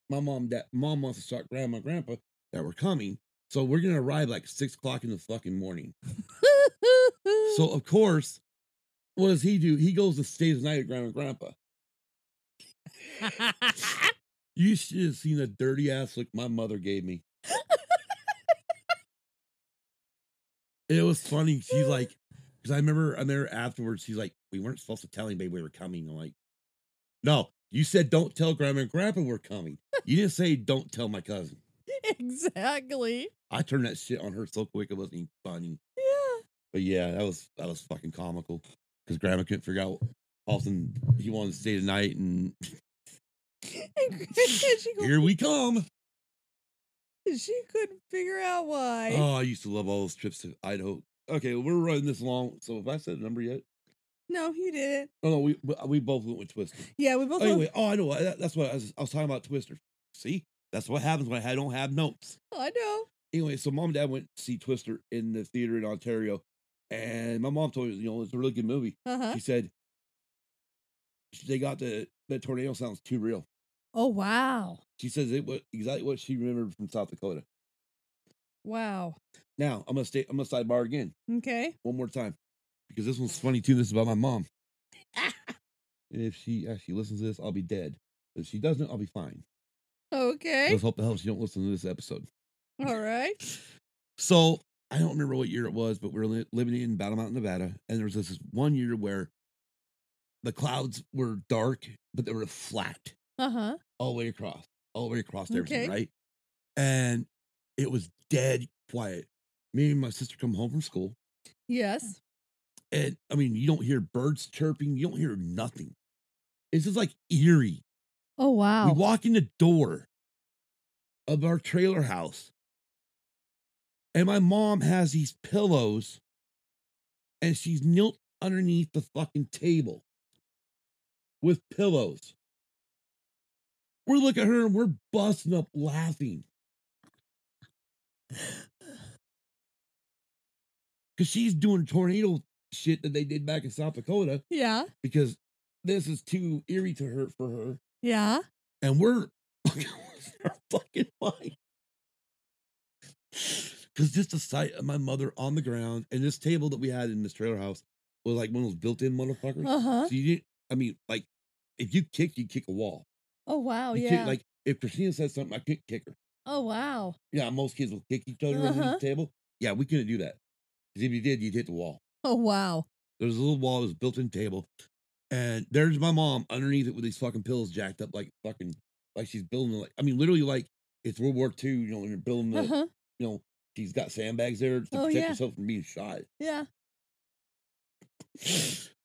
Speaker 1: my mom. That mom wants to shock Grandma and Grandpa that we're coming. So we're gonna arrive like six o'clock in the fucking morning. So of course, what does he do? He goes and stays the night at Grandma and Grandpa. You should have seen the dirty ass look my mother gave me. it was funny. She's like, because I remember, I remember afterwards, she's like, we weren't supposed to tell anybody we were coming. I'm like, no, you said don't tell grandma and grandpa we're coming. You didn't say don't tell my cousin.
Speaker 2: exactly.
Speaker 1: I turned that shit on her so quick it wasn't even funny.
Speaker 2: Yeah.
Speaker 1: But yeah, that was that was fucking comical because grandma couldn't figure out. Often he wanted to stay the night, and
Speaker 2: And she, go-
Speaker 1: here we come.
Speaker 2: she couldn't figure out why.
Speaker 1: Oh, I used to love all those trips to Idaho. Okay, we're running this long. So if I said a number yet,
Speaker 2: No, you didn't.
Speaker 1: oh no, we we- we both went with Twister.
Speaker 2: Yeah, we both.
Speaker 1: Anyway, oh I know I- that- that's what I was, I was talking about Twister. See, that's what happens when I don't have notes.
Speaker 2: "Oh, I know.
Speaker 1: Anyway, so mom and dad went to see Twister in the theater in Ontario, and my mom told me, you know, it's a really good movie.
Speaker 2: Uh huh.
Speaker 1: She said they got the the tornado sounds too real.
Speaker 2: Oh wow.
Speaker 1: She says it was exactly what she remembered from South Dakota.
Speaker 2: Wow.
Speaker 1: Now I'm gonna stay. I'm gonna sidebar again.
Speaker 2: Okay.
Speaker 1: one more time because this one's funny too. This is about my mom. and if she actually listens to this, I'll be dead. If she doesn't, I'll be fine.
Speaker 2: Okay. Eh?
Speaker 1: Let's hope the hell she don't listen to this episode.
Speaker 2: All right.
Speaker 1: So I don't remember what year it was, but we were li- living in Battle Mountain, Nevada, and there was this one year where the clouds were dark, but they were flat
Speaker 2: Uh huh.
Speaker 1: all the way across, all the way across
Speaker 2: Okay.
Speaker 1: everything, right? And it was dead quiet. Me and my sister come home from school,
Speaker 2: Yes.
Speaker 1: and I mean, you don't hear birds chirping, you don't hear nothing. It's just like eerie.
Speaker 2: Oh wow.
Speaker 1: We walk in the door of our trailer house, and my mom has these pillows, and she's knelt underneath the fucking table with pillows. We're looking at her and we're busting up laughing. Because she's doing tornado shit that they did back in South Dakota
Speaker 2: Yeah.
Speaker 1: because this is too eerie to her for her.
Speaker 2: Yeah.
Speaker 1: And we're fucking losing our fucking mind. Because just the sight of my mother on the ground and this table that we had in this trailer house was like one of those built in motherfuckers.
Speaker 2: Uh huh.
Speaker 1: So you didn't, I mean, like, if you kick, you kick a wall.
Speaker 2: Oh wow.
Speaker 1: You
Speaker 2: Yeah.
Speaker 1: can't, like if Christina said something, I couldn't kick her.
Speaker 2: oh wow.
Speaker 1: Yeah, most kids will kick each other under
Speaker 2: Uh-huh.
Speaker 1: the table. Yeah, we couldn't do that. 'Cause if you did, you'd hit the wall.
Speaker 2: Oh wow.
Speaker 1: There's a little wall, this built-in table, and there's my mom underneath it with these fucking pills jacked up like fucking like she's building like I mean literally like it's World War II, you know, when you're building the
Speaker 2: Uh huh.
Speaker 1: you know, she's got sandbags there to
Speaker 2: Oh,
Speaker 1: protect
Speaker 2: yeah.
Speaker 1: herself from being shot.
Speaker 2: Yeah.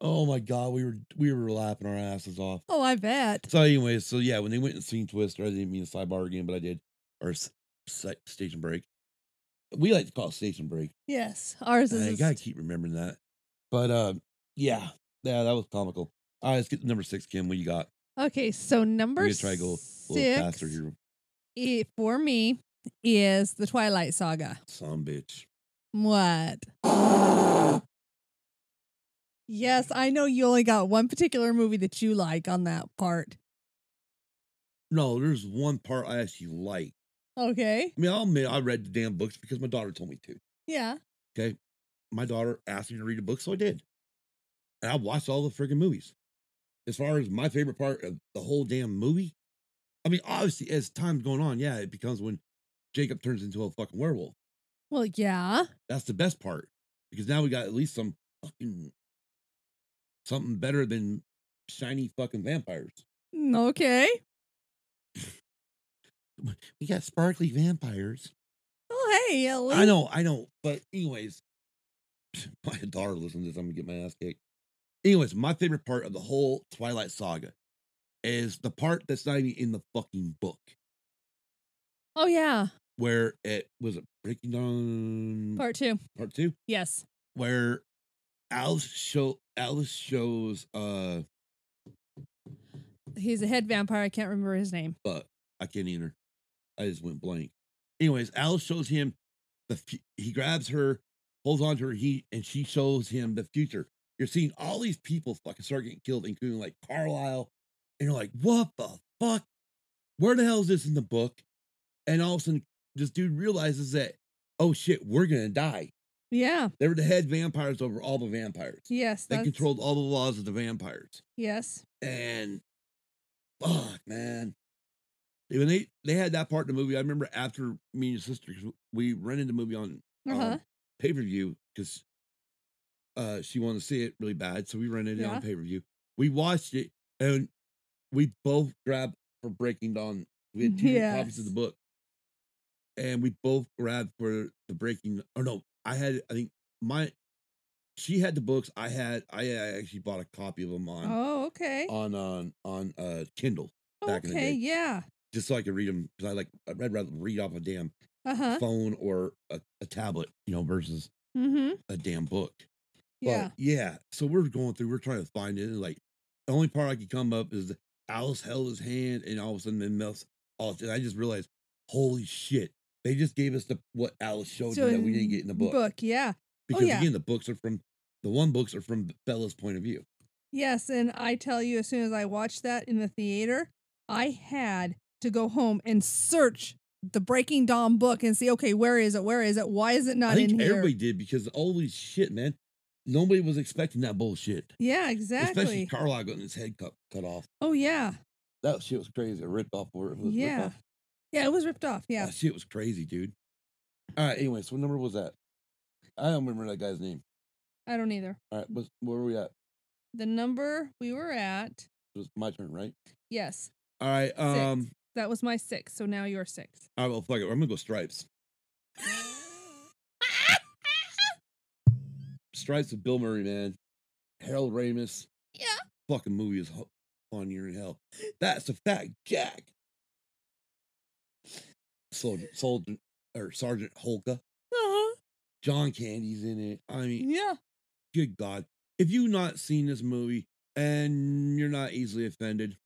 Speaker 1: oh my god, we were we were laughing our asses off.
Speaker 2: Oh, I bet.
Speaker 1: So, anyways, so yeah, when they went and seen Twister, I didn't mean a sidebar again, but I did, or s- si- station break. We like to call it station break.
Speaker 2: Yes. Ours
Speaker 1: I
Speaker 2: is.
Speaker 1: gotta keep remembering that. But uh, yeah, yeah, that was comical. All right, let's get to number six, Kim. What you got?
Speaker 2: Okay, so number
Speaker 1: gonna try to go A little faster
Speaker 2: six
Speaker 1: here,
Speaker 2: i- for me is the Twilight Saga.
Speaker 1: son bitch.
Speaker 2: What? Yes, I know you only got one particular movie that you like on that part.
Speaker 1: No, there's one part I actually like.
Speaker 2: Okay.
Speaker 1: I mean, I'll admit I read the damn books because my daughter told me to.
Speaker 2: Yeah.
Speaker 1: Okay, my daughter asked me to read a book, so I did, and I watched all the freaking movies. As far as my favorite part of the whole damn movie, I mean, obviously, as time's going on, yeah, it becomes when Jacob turns into a fucking werewolf.
Speaker 2: Well, yeah.
Speaker 1: That's the best part because now we got at least some fucking something better than shiny fucking vampires.
Speaker 2: Mm, Okay.
Speaker 1: We got sparkly vampires.
Speaker 2: Oh, hey, at
Speaker 1: I
Speaker 2: least.
Speaker 1: know, I know, but anyways, my daughter listens to this. I'm gonna get my ass kicked. Anyways, my favorite part of the whole Twilight saga is the part that's not even in the fucking book,
Speaker 2: Oh, yeah.
Speaker 1: where it was it Breaking Dawn
Speaker 2: Part two.
Speaker 1: part two,
Speaker 2: Yes.
Speaker 1: where Alice show Alice shows uh
Speaker 2: He's a head vampire. I can't remember his name.
Speaker 1: but I can't either. I just went blank. Anyways, Alice shows him the fu- he grabs her, holds on to her he and she shows him the future. You're seeing all these people fucking start getting killed, including like Carlisle, and you're like, what the fuck? Where the hell is this in the book? And all of a sudden, this dude realizes that, oh shit, we're gonna die.
Speaker 2: Yeah.
Speaker 1: They were the head vampires over all the vampires.
Speaker 2: Yes.
Speaker 1: They
Speaker 2: that's-
Speaker 1: controlled all the laws of the vampires
Speaker 2: Yes.
Speaker 1: and fuck, man. When they they had that part in the movie, I remember after me and your sister 'cause we rented the movie on
Speaker 2: Uh huh.
Speaker 1: pay per view because uh, she wanted to see it really bad, so we rented it
Speaker 2: Yeah.
Speaker 1: on pay per view. We watched it and we both grabbed for Breaking Dawn. We had two copies of the
Speaker 2: Yes.
Speaker 1: book, and we both grabbed for the Breaking. Or no, I had I think my she had the books. I had I uh, actually bought a copy of them on
Speaker 2: oh, okay.
Speaker 1: on on on uh Kindle back in the
Speaker 2: okay.
Speaker 1: day.
Speaker 2: Yeah.
Speaker 1: just so I could read them because I like I'd rather read off a damn
Speaker 2: Uh huh.
Speaker 1: phone or a, a tablet, you know, versus
Speaker 2: Mm hmm.
Speaker 1: a damn book.
Speaker 2: Yeah.
Speaker 1: But yeah. So we're going through, we're trying to find it, and like the only part I could come up is Alice held his hand, and all of a sudden it melts. All and I just realized, holy shit, they just gave us the what Alice showed me that we didn't get in the book,
Speaker 2: Book, yeah.
Speaker 1: because
Speaker 2: yeah.
Speaker 1: again, the books are from the one books are from Bella's point of view.
Speaker 2: Yes, and I tell you, as soon as I watched that in the theater, I had to go home and search the Breaking Dawn book and see, okay, where is it? Where is it? Why is it not
Speaker 1: I
Speaker 2: in
Speaker 1: think
Speaker 2: here?
Speaker 1: everybody did because holy shit, man, nobody was expecting that bullshit.
Speaker 2: yeah, exactly.
Speaker 1: Especially Carlisle getting his head cut, cut off.
Speaker 2: oh yeah,
Speaker 1: That shit was crazy. It ripped off where it was. ripped
Speaker 2: yeah,
Speaker 1: off.
Speaker 2: yeah. It was ripped off. Yeah.
Speaker 1: That shit was crazy, dude. All right. Anyway, so what number was that? I don't remember that guy's name.
Speaker 2: I don't either.
Speaker 1: All right. What's, where were we at?
Speaker 2: The number we were at,
Speaker 1: It was my turn, right?
Speaker 2: yes,
Speaker 1: All right. Um.
Speaker 2: that was my six. So now you're six.
Speaker 1: All right. Well, fuck it. I'm gonna go Stripes. Stripes with Bill Murray, man. Harold Ramis.
Speaker 2: Yeah.
Speaker 1: Fucking movie is ho- on your in hell. That's a fat jack. Soldier, soldier, or Sergeant Holka.
Speaker 2: Uh-huh.
Speaker 1: John Candy's in it. I mean,
Speaker 2: Yeah.
Speaker 1: good God. If you've not seen this movie and you're not easily offended,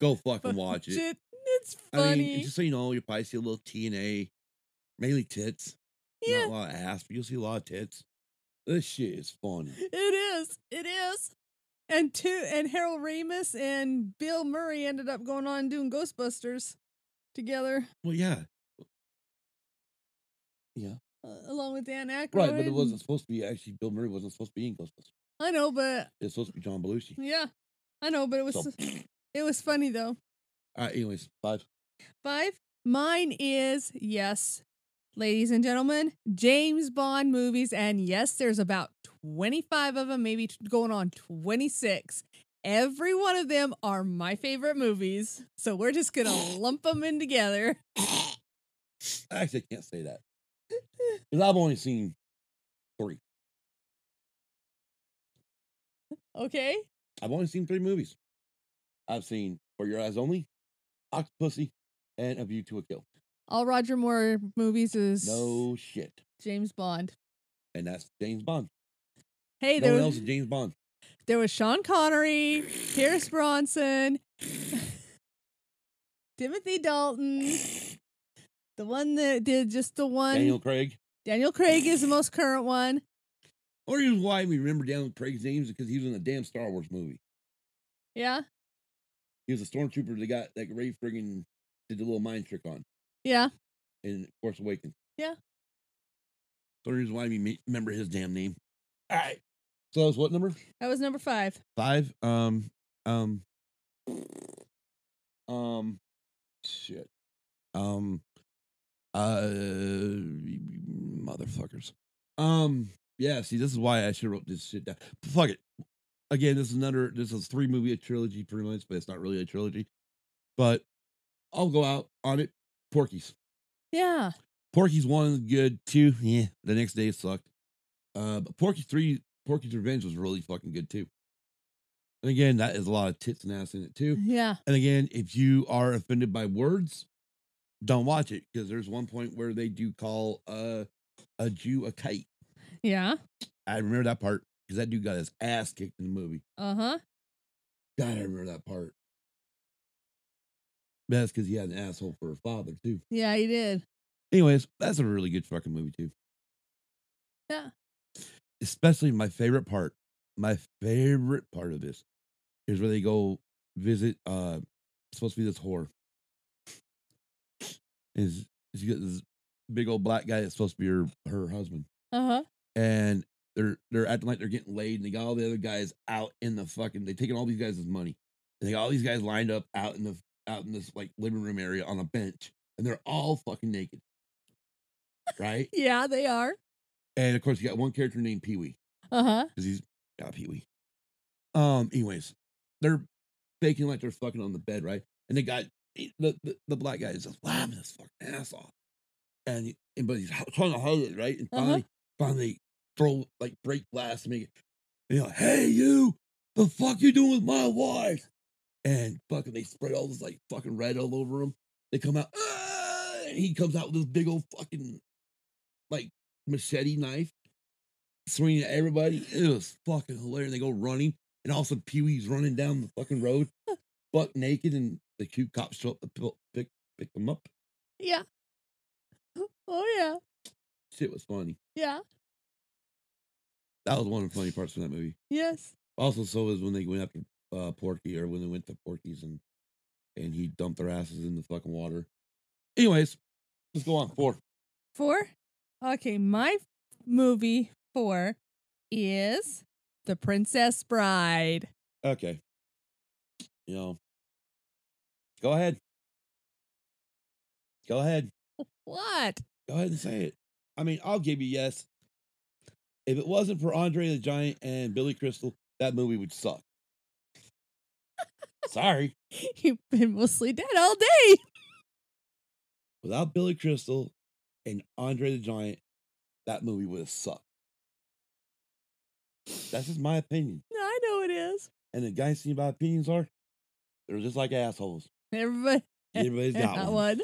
Speaker 1: go fucking watch it.
Speaker 2: Shit, it's funny.
Speaker 1: I mean, just so you know, you'll probably see a little T and A, mainly tits.
Speaker 2: yeah,
Speaker 1: Not a lot of ass, but you'll see a lot of tits. This shit is funny.
Speaker 2: it is. It is. And two and Harold Ramis and Bill Murray ended up going on and doing Ghostbusters together,
Speaker 1: Well, yeah.
Speaker 2: uh, along with Dan Aykroyd.
Speaker 1: Right, but it
Speaker 2: and-
Speaker 1: wasn't supposed to be actually Bill Murray wasn't supposed to be in Ghostbusters.
Speaker 2: I know, but
Speaker 1: It's supposed to be John Belushi.
Speaker 2: yeah, I know, but it was
Speaker 1: So-
Speaker 2: it was funny though.
Speaker 1: All right, anyways, five.
Speaker 2: Five. Mine is yes, ladies and gentlemen, James Bond movies, and yes, there's about 25 of them, maybe t- going on 26. Every one of them are my favorite movies, so we're just gonna lump them in together.
Speaker 1: Actually, I can't say that. Because I've only seen
Speaker 2: Okay,
Speaker 1: I've only seen three movies. I've seen For Your Eyes Only, Octopussy, and A View to a Kill.
Speaker 2: all Roger Moore movies is
Speaker 1: No shit.
Speaker 2: James Bond.
Speaker 1: And that's James Bond.
Speaker 2: Hey,
Speaker 1: no
Speaker 2: there
Speaker 1: one
Speaker 2: was,
Speaker 1: else is James Bond.
Speaker 2: there was Sean Connery, Pierce Bronson, Timothy Dalton, the one that did just the one.
Speaker 1: Daniel Craig.
Speaker 2: Daniel Craig is the most current one.
Speaker 1: Or reason why we remember Daniel Craig's name is because he was in a damn Star Wars movie.
Speaker 2: Yeah.
Speaker 1: He was a stormtrooper that got that Ray friggin' did the little mind trick on
Speaker 2: Yeah.
Speaker 1: in Force Awakens.
Speaker 2: Yeah.
Speaker 1: So reason why we me- remember his damn name. All right. So that was what number?
Speaker 2: That was number five.
Speaker 1: Five. Um. Um. Um. Shit. Um. Uh. Motherfuckers. Um. Yeah. See, this is why I should have wrote this shit down. Fuck it. Again, this is another. This is three movie a trilogy, pretty much, but it's not really a trilogy. But I'll go out on it. Porky's.
Speaker 2: Yeah.
Speaker 1: Porky's one is good. Two. Yeah. The next day sucked. Uh. But Porky three. Porky's Revenge was really fucking good too. And again, that is a lot of tits and ass in it too.
Speaker 2: Yeah.
Speaker 1: And again, if you are offended by words, don't watch it because there's one point where they do call uh, a Jew a kite.
Speaker 2: Yeah.
Speaker 1: I remember that part because that dude got his ass kicked in the movie.
Speaker 2: Uh huh.
Speaker 1: God, I remember that part. That's because he had an asshole for a father too.
Speaker 2: Yeah, he did.
Speaker 1: Anyways, that's a really good fucking movie too.
Speaker 2: Yeah.
Speaker 1: Especially my favorite part. My favorite part of this is where they go visit uh it's supposed to be this whore. Is she got this big old black guy that's supposed to be her her husband.
Speaker 2: Uh huh.
Speaker 1: And they're they're acting like they're getting laid and they got all the other guys out in the fucking they taking all these guys' money. And they got all these guys lined up out in the out in this like living room area on a bench and they're all fucking naked. Right?
Speaker 2: Yeah, they are.
Speaker 1: And of course, you got one character named Pee Wee
Speaker 2: Uh huh.
Speaker 1: because he's not Pee Wee. Um. Anyways, they're faking like they're fucking on the bed, right? And the guy, he- the the, the black guy, is just laughing his fucking ass off, and, he- and but he's h- trying to hug it, right? And
Speaker 2: Uh-huh.
Speaker 1: finally, finally, throw like break glass, to make it. And you know, hey you, the fuck you doing with my wife? And fucking, they spray all this like fucking red all over him. They come out, "Ah!" and he comes out with this big old fucking like machete knife swinging at everybody. It was fucking hilarious. They go running, and all of a sudden Pee Wee's running down the fucking road, buck naked, and the cute cops show up to pill- pick pick him up.
Speaker 2: Yeah. Oh yeah.
Speaker 1: Shit was funny.
Speaker 2: Yeah.
Speaker 1: That was one of the funny parts from that movie.
Speaker 2: Yes.
Speaker 1: Also, so was when they went after uh, Porky, or when they went to Porky's and and he dumped their asses in the fucking water. Anyways, let's go on four.
Speaker 2: Four. Okay, my movie four is The Princess Bride.
Speaker 1: Okay, you know, go ahead, go ahead.
Speaker 2: What?
Speaker 1: Go ahead and say it. I mean, I'll give you yes. If it wasn't for Andre the Giant and Billy Crystal, that movie would suck. Sorry.
Speaker 2: You've been mostly dead all day.
Speaker 1: Without Billy Crystal and Andre the Giant, that movie would have sucked. That's just my opinion.
Speaker 2: I know it is.
Speaker 1: And the guys see my opinions are, they're just like assholes.
Speaker 2: Everybody
Speaker 1: Everybody's got
Speaker 2: got
Speaker 1: one.
Speaker 2: one.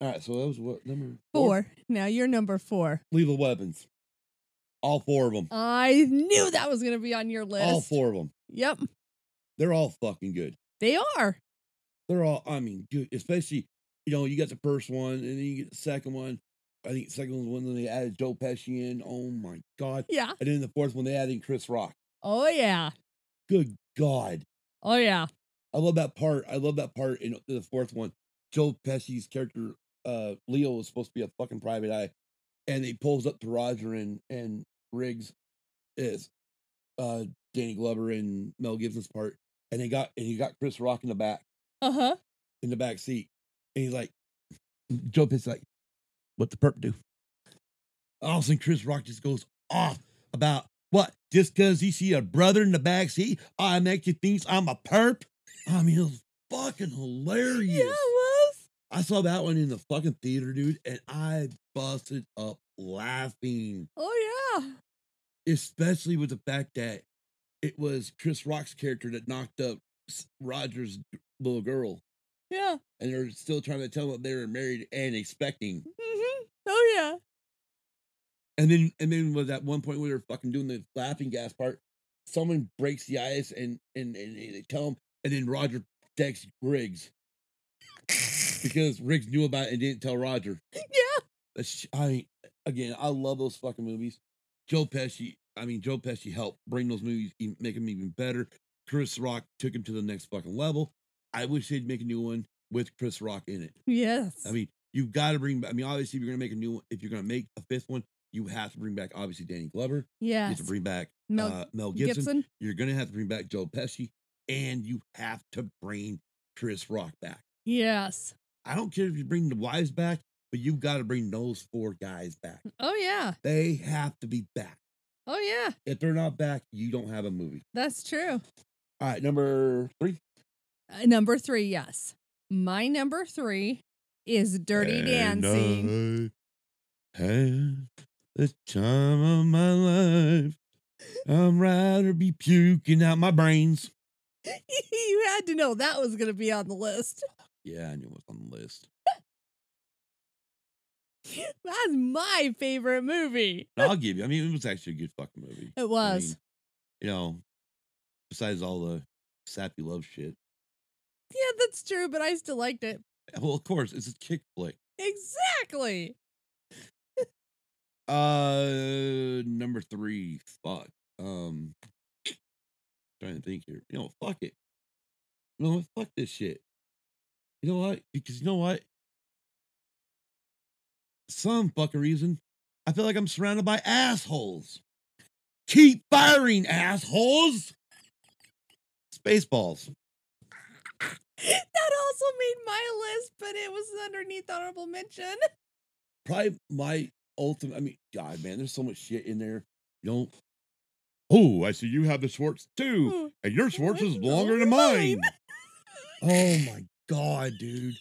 Speaker 1: All right, so that was what number
Speaker 2: Four. Now you're number four.
Speaker 1: Lethal Weapons. All four of them.
Speaker 2: I knew that was going to be on your list.
Speaker 1: All four of them.
Speaker 2: Yep,
Speaker 1: They're all fucking good.
Speaker 2: they are.
Speaker 1: they're all. I mean, dude, especially you know you got the first one, and then you get the second one. I think the second one when they added Joe Pesci in. Oh my god!
Speaker 2: Yeah.
Speaker 1: And then the fourth one they added in Chris Rock.
Speaker 2: Oh yeah.
Speaker 1: Good god!
Speaker 2: Oh yeah.
Speaker 1: I love that part. I love that part in the fourth one. Joe Pesci's character, uh, Leo, was supposed to be a fucking private eye, and he pulls up to Roger and and Riggs, is uh Danny Glover and Mel Gibson's part, and they got and he got Chris Rock in the back
Speaker 2: Uh huh.
Speaker 1: in the back seat, and he's like, Joe Pesci's like, what the perp do? All of a sudden, Chris Rock just goes off about what just because he see a brother in the back seat, I make you think I'm a perp. I mean, it was fucking hilarious.
Speaker 2: Yeah, it was.
Speaker 1: I saw that one in the fucking theater, dude, and I busted up laughing,
Speaker 2: Oh yeah.
Speaker 1: especially with the fact that it was Chris Rock's character that knocked up S- Roger's little girl,
Speaker 2: Yeah.
Speaker 1: and they're still trying to tell him they were married and expecting.
Speaker 2: Mm-hmm. Oh yeah.
Speaker 1: And then, and then with that one point where they're fucking doing the laughing gas part, someone breaks the ice and and, and they tell him, and then Roger texts Riggs because Riggs knew about it and didn't tell Roger.
Speaker 2: Yeah.
Speaker 1: That's- I mean, again, I love those fucking movies. Joe Pesci, I mean, Joe Pesci helped bring those movies, even, make them even better. Chris Rock took him to the next fucking level. I wish they'd make a new one with Chris Rock in it.
Speaker 2: Yes.
Speaker 1: I mean, you've got to bring. back I mean, obviously, if you're gonna make a new one, if you're gonna make a fifth one, you have to bring back obviously Danny Glover. You have
Speaker 2: yes.
Speaker 1: to bring back
Speaker 2: Mel
Speaker 1: uh, Mel
Speaker 2: Gibson.
Speaker 1: Gibson. You're gonna have to bring back Joe Pesci, and you have to bring Chris Rock back.
Speaker 2: Yes.
Speaker 1: I don't care if you bring the wives back, but you've got to bring those four guys back.
Speaker 2: Oh yeah.
Speaker 1: They have to be back.
Speaker 2: Oh yeah.
Speaker 1: If they're not back, you don't have a movie.
Speaker 2: That's true.
Speaker 1: All right, number three.
Speaker 2: Uh, number three. Yes. My number three is Dirty
Speaker 1: And uh,
Speaker 2: Dancing.
Speaker 1: I had the time of my life. I'm rather be puking out my brains.
Speaker 2: you had to know that was going to be on the list.
Speaker 1: Yeah, I knew it was on the list.
Speaker 2: That's my favorite movie.
Speaker 1: I'll give you. I mean, it was actually a good fucking movie.
Speaker 2: It
Speaker 1: I
Speaker 2: was.
Speaker 1: mean, you know, besides all the sappy love shit.
Speaker 2: yeah, that's true, but I still liked it.
Speaker 1: Well, of course, it's a kick flick.
Speaker 2: Exactly.
Speaker 1: Uh, number three. Fuck. Um, trying to think here. You know, fuck it. You know what? Fuck this shit. You know what? Because you know what? Some fucking reason, I feel like I'm surrounded by assholes. Keep firing, assholes. Spaceballs.
Speaker 2: That also made my list, but it was underneath honorable mention.
Speaker 1: probably my ultimate. I mean, God, man, there's so much shit in there. You don't. Oh, I see you have the Schwartz too,
Speaker 2: Ooh,
Speaker 1: and your Schwartz is longer than mine.
Speaker 2: Mine.
Speaker 1: Oh my God, dude.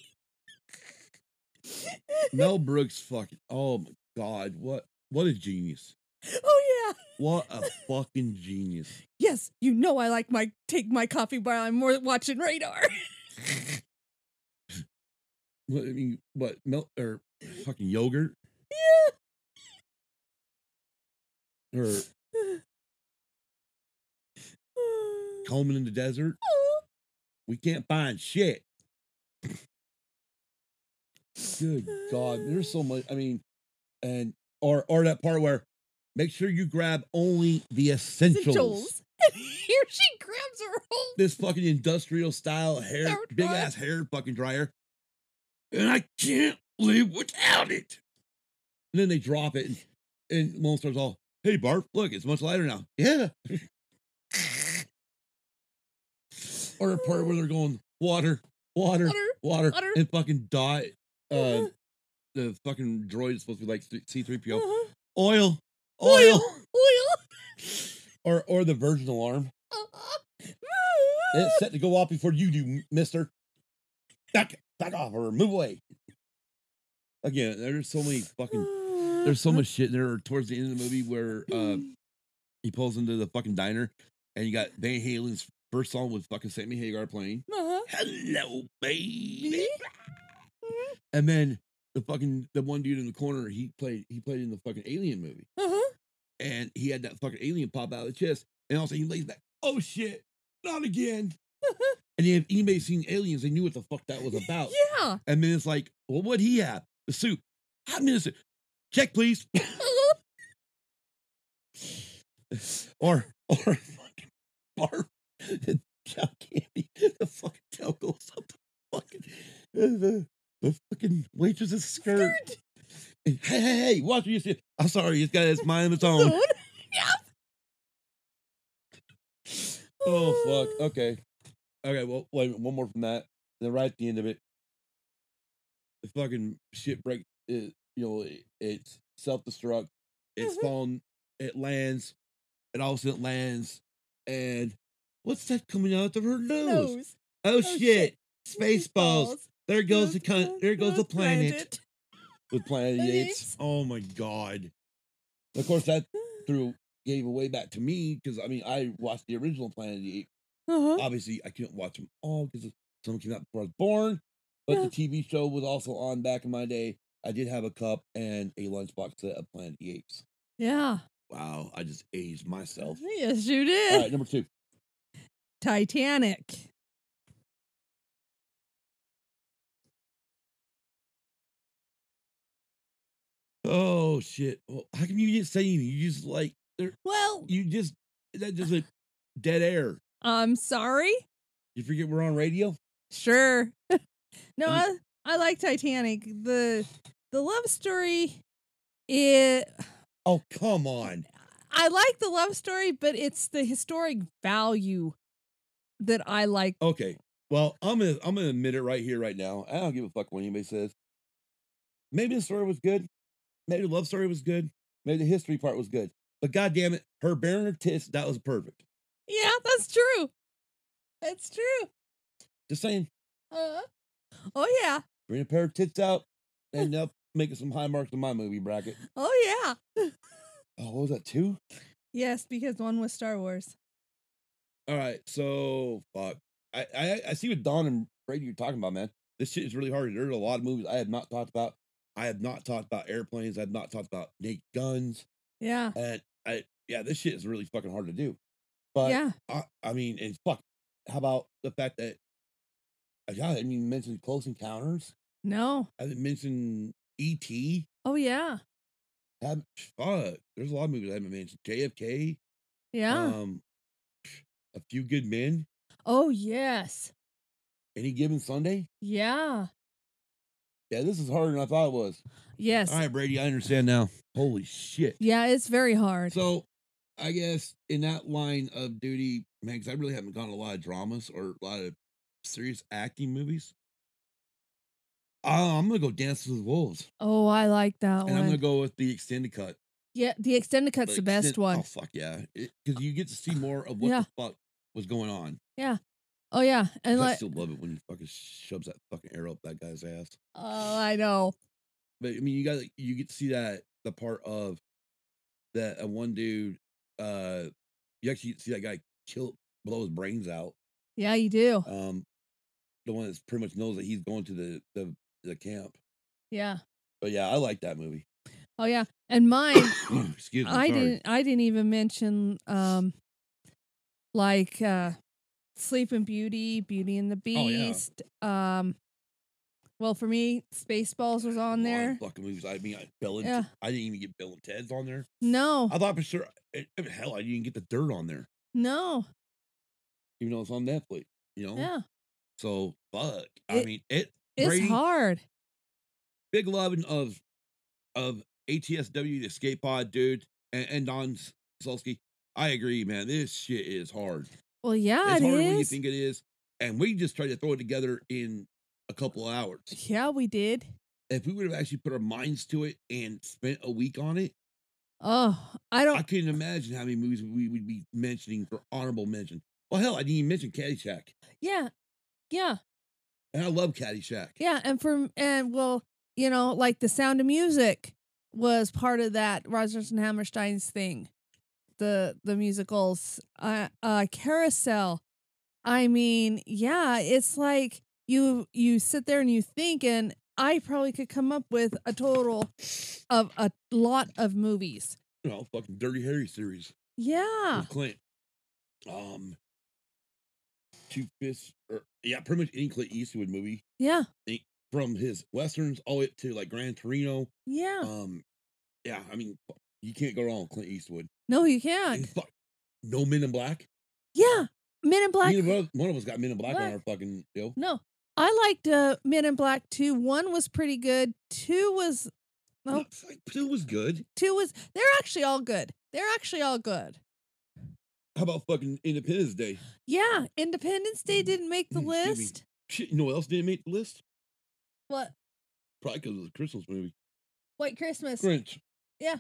Speaker 1: Mel Brooks, fucking. Oh my God, what what a genius!
Speaker 2: oh yeah.
Speaker 1: What a fucking genius!
Speaker 2: Yes, you know I like my take my coffee while I'm more watching radar.
Speaker 1: What I mean, what Mel or fucking yogurt? Yeah. Or Coleman in the desert. We can't find shit. Good God, there's so much. I mean, and or or that part where make sure you grab only the essentials.
Speaker 2: Essentials. Here she grabs her whole
Speaker 1: This fucking industrial style hair,
Speaker 2: Hair
Speaker 1: big
Speaker 2: dryer.
Speaker 1: ass hair fucking dryer, and I can't live without it. And then they drop it, and, and Lone Star's all, "Hey Barf, look, it's much lighter now." Yeah. or a part where they're going water, water,
Speaker 2: water.
Speaker 1: water,
Speaker 2: Water.
Speaker 1: and fucking dot uh
Speaker 2: Uh-huh.
Speaker 1: the fucking droid is supposed to be like C three PO.
Speaker 2: Uh-huh.
Speaker 1: Oil.
Speaker 2: Oil.
Speaker 1: Oil.
Speaker 2: Oil.
Speaker 1: Or or the virgin alarm. It's
Speaker 2: Uh-huh.
Speaker 1: set to go off before you do, mister. Back back off or move away. Again, there's so many fucking there's so much shit in there towards the end of the movie where uh
Speaker 2: Mm-hmm.
Speaker 1: he pulls into the fucking diner and you got Van Halen's first song with fucking Sammy Hagar playing.
Speaker 2: Uh-huh.
Speaker 1: Hello, baby. And then the fucking the one dude in the corner, he played he played in the fucking alien movie.
Speaker 2: Uh-huh.
Speaker 1: And he had that fucking alien pop out of the chest. And all of a sudden he lays back. Oh shit, not again. And if anybody seen aliens, they knew what the fuck that was about.
Speaker 2: Yeah.
Speaker 1: And then it's like, well, what'd he have? The suit. I'm innocent. Check, please.
Speaker 2: Uh-huh.
Speaker 1: or or fucking barf. The cow candy. The fucking tail goes up the fucking the, the fucking waitress's skirt. Hey, hey, hey, watch what you see. I'm sorry, it's got its mind of its own.
Speaker 2: Dude. yeah.
Speaker 1: Oh fuck. Okay. Okay. Well, wait. a minute, One more from that. Then right at the end of it, the fucking shit break. It, you know, it, it's self destruct. It's
Speaker 2: Mhm.
Speaker 1: falling. It lands. It all of a sudden it lands. And what's that coming out of her nose?
Speaker 2: Nose.
Speaker 1: Oh, shit!
Speaker 2: shit.
Speaker 1: Spaceballs.
Speaker 2: Balls.
Speaker 1: There goes the
Speaker 2: Goes-
Speaker 1: con- there goes the
Speaker 2: goes
Speaker 1: planet. with Planet of the
Speaker 2: Planet of the
Speaker 1: Apes. Oh my god! Of course, that threw gave away back to me because I mean I watched the original Planet of the Apes.
Speaker 2: Uh-huh.
Speaker 1: obviously I couldn't watch them all because some came out before I was born. But the
Speaker 2: Yeah.
Speaker 1: TV show was also on back in my day. I did have a cup and a lunchbox set of Planet of the Apes.
Speaker 2: Yeah.
Speaker 1: Wow, I just aged myself.
Speaker 2: Yes, you did.
Speaker 1: All right, number two.
Speaker 2: Titanic.
Speaker 1: Oh shit! Well, how come you didn't say anything? You just like there.
Speaker 2: Well,
Speaker 1: You just that just a dead air.
Speaker 2: I'm sorry.
Speaker 1: You forget we're on radio.
Speaker 2: Sure. no,
Speaker 1: Um,
Speaker 2: I, I like Titanic. The the love story it
Speaker 1: Oh come on!
Speaker 2: I like the love story, but it's the historic value that I like.
Speaker 1: Okay. Well, I'm gonna I'm gonna admit it right here, right now. I don't give a fuck what anybody says. Maybe the story was good. Maybe the love story was good. Maybe the history part was good. But god damn it, her bearing her tits, that was perfect.
Speaker 2: Yeah, that's true. That's true.
Speaker 1: Just saying,
Speaker 2: Uh, oh yeah.
Speaker 1: bring a pair of tits out, end up making some high marks in my movie bracket.
Speaker 2: Oh yeah.
Speaker 1: Oh, what was that two?
Speaker 2: Yes, because one was Star Wars.
Speaker 1: All right, so fuck. I, I I see what Don and Brady are talking about, man. This shit is really hard. There's a lot of movies I have not talked about. I have not talked about airplanes. I've not talked about naked guns.
Speaker 2: Yeah.
Speaker 1: And I, yeah, this shit is really fucking hard to do. But
Speaker 2: yeah.
Speaker 1: I, I mean, and fuck, how about the fact that I I didn't even mention Close Encounters.
Speaker 2: No.
Speaker 1: I didn't mention E.T.
Speaker 2: Oh yeah.
Speaker 1: Haven't, fuck, there's a lot of movies I haven't mentioned. JFK.
Speaker 2: Yeah.
Speaker 1: Um, a few good men.
Speaker 2: oh yes.
Speaker 1: Any given Sunday.
Speaker 2: Yeah.
Speaker 1: Yeah, this is harder than I thought it was.
Speaker 2: Yes.
Speaker 1: All right, Brady, I understand now. Holy shit.
Speaker 2: Yeah, it's very hard.
Speaker 1: So I guess in that line of duty, man, 'cause I really haven't gone to a lot of dramas or a lot of serious acting movies. Uh, I'm gonna go Dance with Wolves,
Speaker 2: oh, I like that
Speaker 1: and I'm
Speaker 2: one.
Speaker 1: gonna go with the extended cut.
Speaker 2: yeah, the extended cut's the best
Speaker 1: extend-
Speaker 2: one. Uh,
Speaker 1: Oh fuck yeah, because you get to see more of what
Speaker 2: Yeah.
Speaker 1: the fuck was going on.
Speaker 2: Oh yeah, and
Speaker 1: 'Cause I
Speaker 2: like
Speaker 1: still love it when he fucking shoves that fucking arrow up that guy's ass.
Speaker 2: oh, I know.
Speaker 1: But I mean, you got you get to see that the part of that uh, one dude. uh You actually see that guy kill blow his brains out.
Speaker 2: Yeah, you do.
Speaker 1: um the one that's pretty much knows that he's going to the the, the camp
Speaker 2: Yeah.
Speaker 1: but yeah i like that movie
Speaker 2: Oh yeah, and mine.
Speaker 1: excuse me
Speaker 2: I
Speaker 1: sorry.
Speaker 2: didn't. I didn't even mention um, like uh, Sleeping Beauty, Beauty and the
Speaker 1: Oh, yeah.
Speaker 2: Beast. Um, well, for me, Spaceballs was on
Speaker 1: Lot of
Speaker 2: there.
Speaker 1: fucking movies i mean I, bill and
Speaker 2: Yeah. Oh.
Speaker 1: i didn't even get bill and ted's on there
Speaker 2: No,
Speaker 1: i thought for sure I, I mean, hell i didn't even get the dirt on there
Speaker 2: no.
Speaker 1: even though it's on netflix you know
Speaker 2: Yeah,
Speaker 1: so fuck i
Speaker 2: It-
Speaker 1: mean it
Speaker 2: it's
Speaker 1: Brady-
Speaker 2: hard.
Speaker 1: big loving of of atsw the escape pod dude and, and don Sulsky. i agree man this shit is hard
Speaker 2: Well, yeah,
Speaker 1: it's
Speaker 2: it
Speaker 1: harder than you
Speaker 2: is.
Speaker 1: think it is. And we just tried to throw it together in a couple of hours.
Speaker 2: yeah, we did.
Speaker 1: If we would have actually put our minds to it and spent a week on it,
Speaker 2: Oh, I don't.
Speaker 1: I couldn't imagine how many movies we would be mentioning for honorable mention. Well, hell, I didn't even mention Caddyshack,
Speaker 2: yeah, yeah,
Speaker 1: and I love Caddyshack.
Speaker 2: yeah. And from and well, you know, like the Sound of Music was part of that Rogers and Hammerstein's thing. The the musicals, uh, uh, Carousel. I mean, yeah, it's like you you sit there and you think, and I probably could come up with a total of a lot of movies.
Speaker 1: You know, fucking Dirty Harry series
Speaker 2: Yeah,
Speaker 1: with Clint. Um, Two Fists or yeah, pretty much any Clint Eastwood movie
Speaker 2: Yeah.
Speaker 1: from his westerns all the way up to like Gran Torino.
Speaker 2: Yeah.
Speaker 1: Um, yeah, I mean, fu- you can't go wrong with Clint Eastwood.
Speaker 2: no, you
Speaker 1: And
Speaker 2: can't.
Speaker 1: fuck, no Men in Black.
Speaker 2: Yeah. Men in Black.
Speaker 1: Neither one of- one of us got Men in Black on
Speaker 2: Black.
Speaker 1: our fucking deal.
Speaker 2: No. I liked uh, Men in Black 2. One was pretty good. Two was No.
Speaker 1: Two was good.
Speaker 2: two was they're actually all good. They're actually all good.
Speaker 1: How about fucking Independence Day?
Speaker 2: Yeah, Independence
Speaker 1: Mm-hmm.
Speaker 2: Day didn't make the
Speaker 1: Excuse me.
Speaker 2: list.
Speaker 1: Shit, you know what else didn't make the list?
Speaker 2: What?
Speaker 1: Probably because it was a Christmas movie.
Speaker 2: White Christmas.
Speaker 1: Grinch.
Speaker 2: Yeah.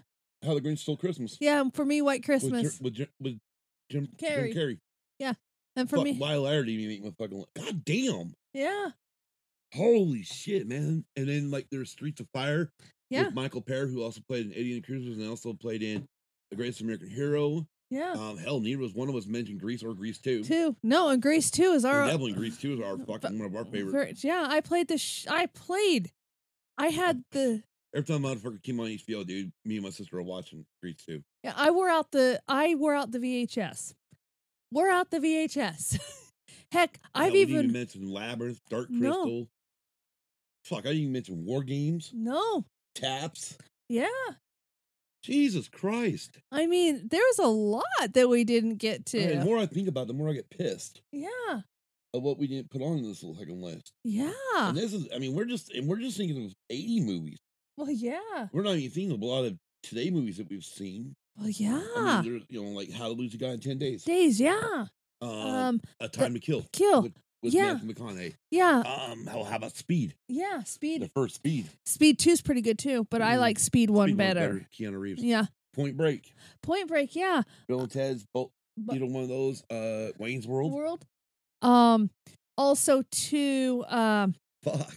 Speaker 1: How the Grinch Stole Christmas.
Speaker 2: Yeah, for me White
Speaker 1: With Jer-
Speaker 2: Christmas.
Speaker 1: With, Jer- with Jim Jim
Speaker 2: Carrey.
Speaker 1: Carrey.
Speaker 2: And for
Speaker 1: Fuck,
Speaker 2: me
Speaker 1: Why Larry didn't even make my fucking list. God damn.
Speaker 2: Yeah.
Speaker 1: Holy shit, man. And then like there's Streets of Fire
Speaker 2: Yeah.
Speaker 1: with Michael Pear, who also played in Eddie and the Cruisers and also played in The Greatest American Hero.
Speaker 2: Yeah.
Speaker 1: Um, hell, neither was one of us mentioned Grease or Grease 2.
Speaker 2: two. No, and Grease 2 is
Speaker 1: And
Speaker 2: our
Speaker 1: definitely Grease 2 is our fucking one of our favorite.
Speaker 2: Ver- yeah, I played the. Sh- I played. I had the.
Speaker 1: Every time motherfucker came on HBO, dude, me and my sister were watching Grease 2.
Speaker 2: yeah, I wore out the. I wore out the VHS. Wore out the VHS. Heck, I've
Speaker 1: Hell, we didn't
Speaker 2: even
Speaker 1: mentioned Labyrinth, Dark
Speaker 2: No.
Speaker 1: Crystal. Fuck, I didn't even mention War Games,
Speaker 2: no.
Speaker 1: Taps.
Speaker 2: Yeah,
Speaker 1: Jesus Christ.
Speaker 2: I mean, there's a lot that we didn't get
Speaker 1: I mean, the
Speaker 2: to.
Speaker 1: more I think about it, the more I get pissed
Speaker 2: Yeah,
Speaker 1: at what we didn't put on this fucking list.
Speaker 2: yeah.
Speaker 1: And this is, I mean, we're just, and we're just thinking of 80 movies.
Speaker 2: Well, yeah.
Speaker 1: We're not even thinking of a lot of today movies that we've seen.
Speaker 2: Well, yeah.
Speaker 1: I mean, there's, you know, like How to Lose a Guy in 10 Days,
Speaker 2: Days. Yeah.
Speaker 1: um,
Speaker 2: Um.
Speaker 1: A Time to Kill
Speaker 2: Kill.
Speaker 1: with, with
Speaker 2: yeah. Uh
Speaker 1: Matthew McConaughey.
Speaker 2: yeah.
Speaker 1: Um, how, how about Speed?
Speaker 2: Yeah.
Speaker 1: The
Speaker 2: Speed.
Speaker 1: first Speed.
Speaker 2: Speed two's pretty good too, but I
Speaker 1: Mm,
Speaker 2: like Speed one
Speaker 1: Speed one's
Speaker 2: better.
Speaker 1: Keanu Reeves.
Speaker 2: Yeah.
Speaker 1: Point Break.
Speaker 2: Point Break. Yeah.
Speaker 1: Bill and Ted's, both,
Speaker 2: But-
Speaker 1: either one of those. Uh, Wayne's World.
Speaker 2: world. Um, also to um,
Speaker 1: Fuck.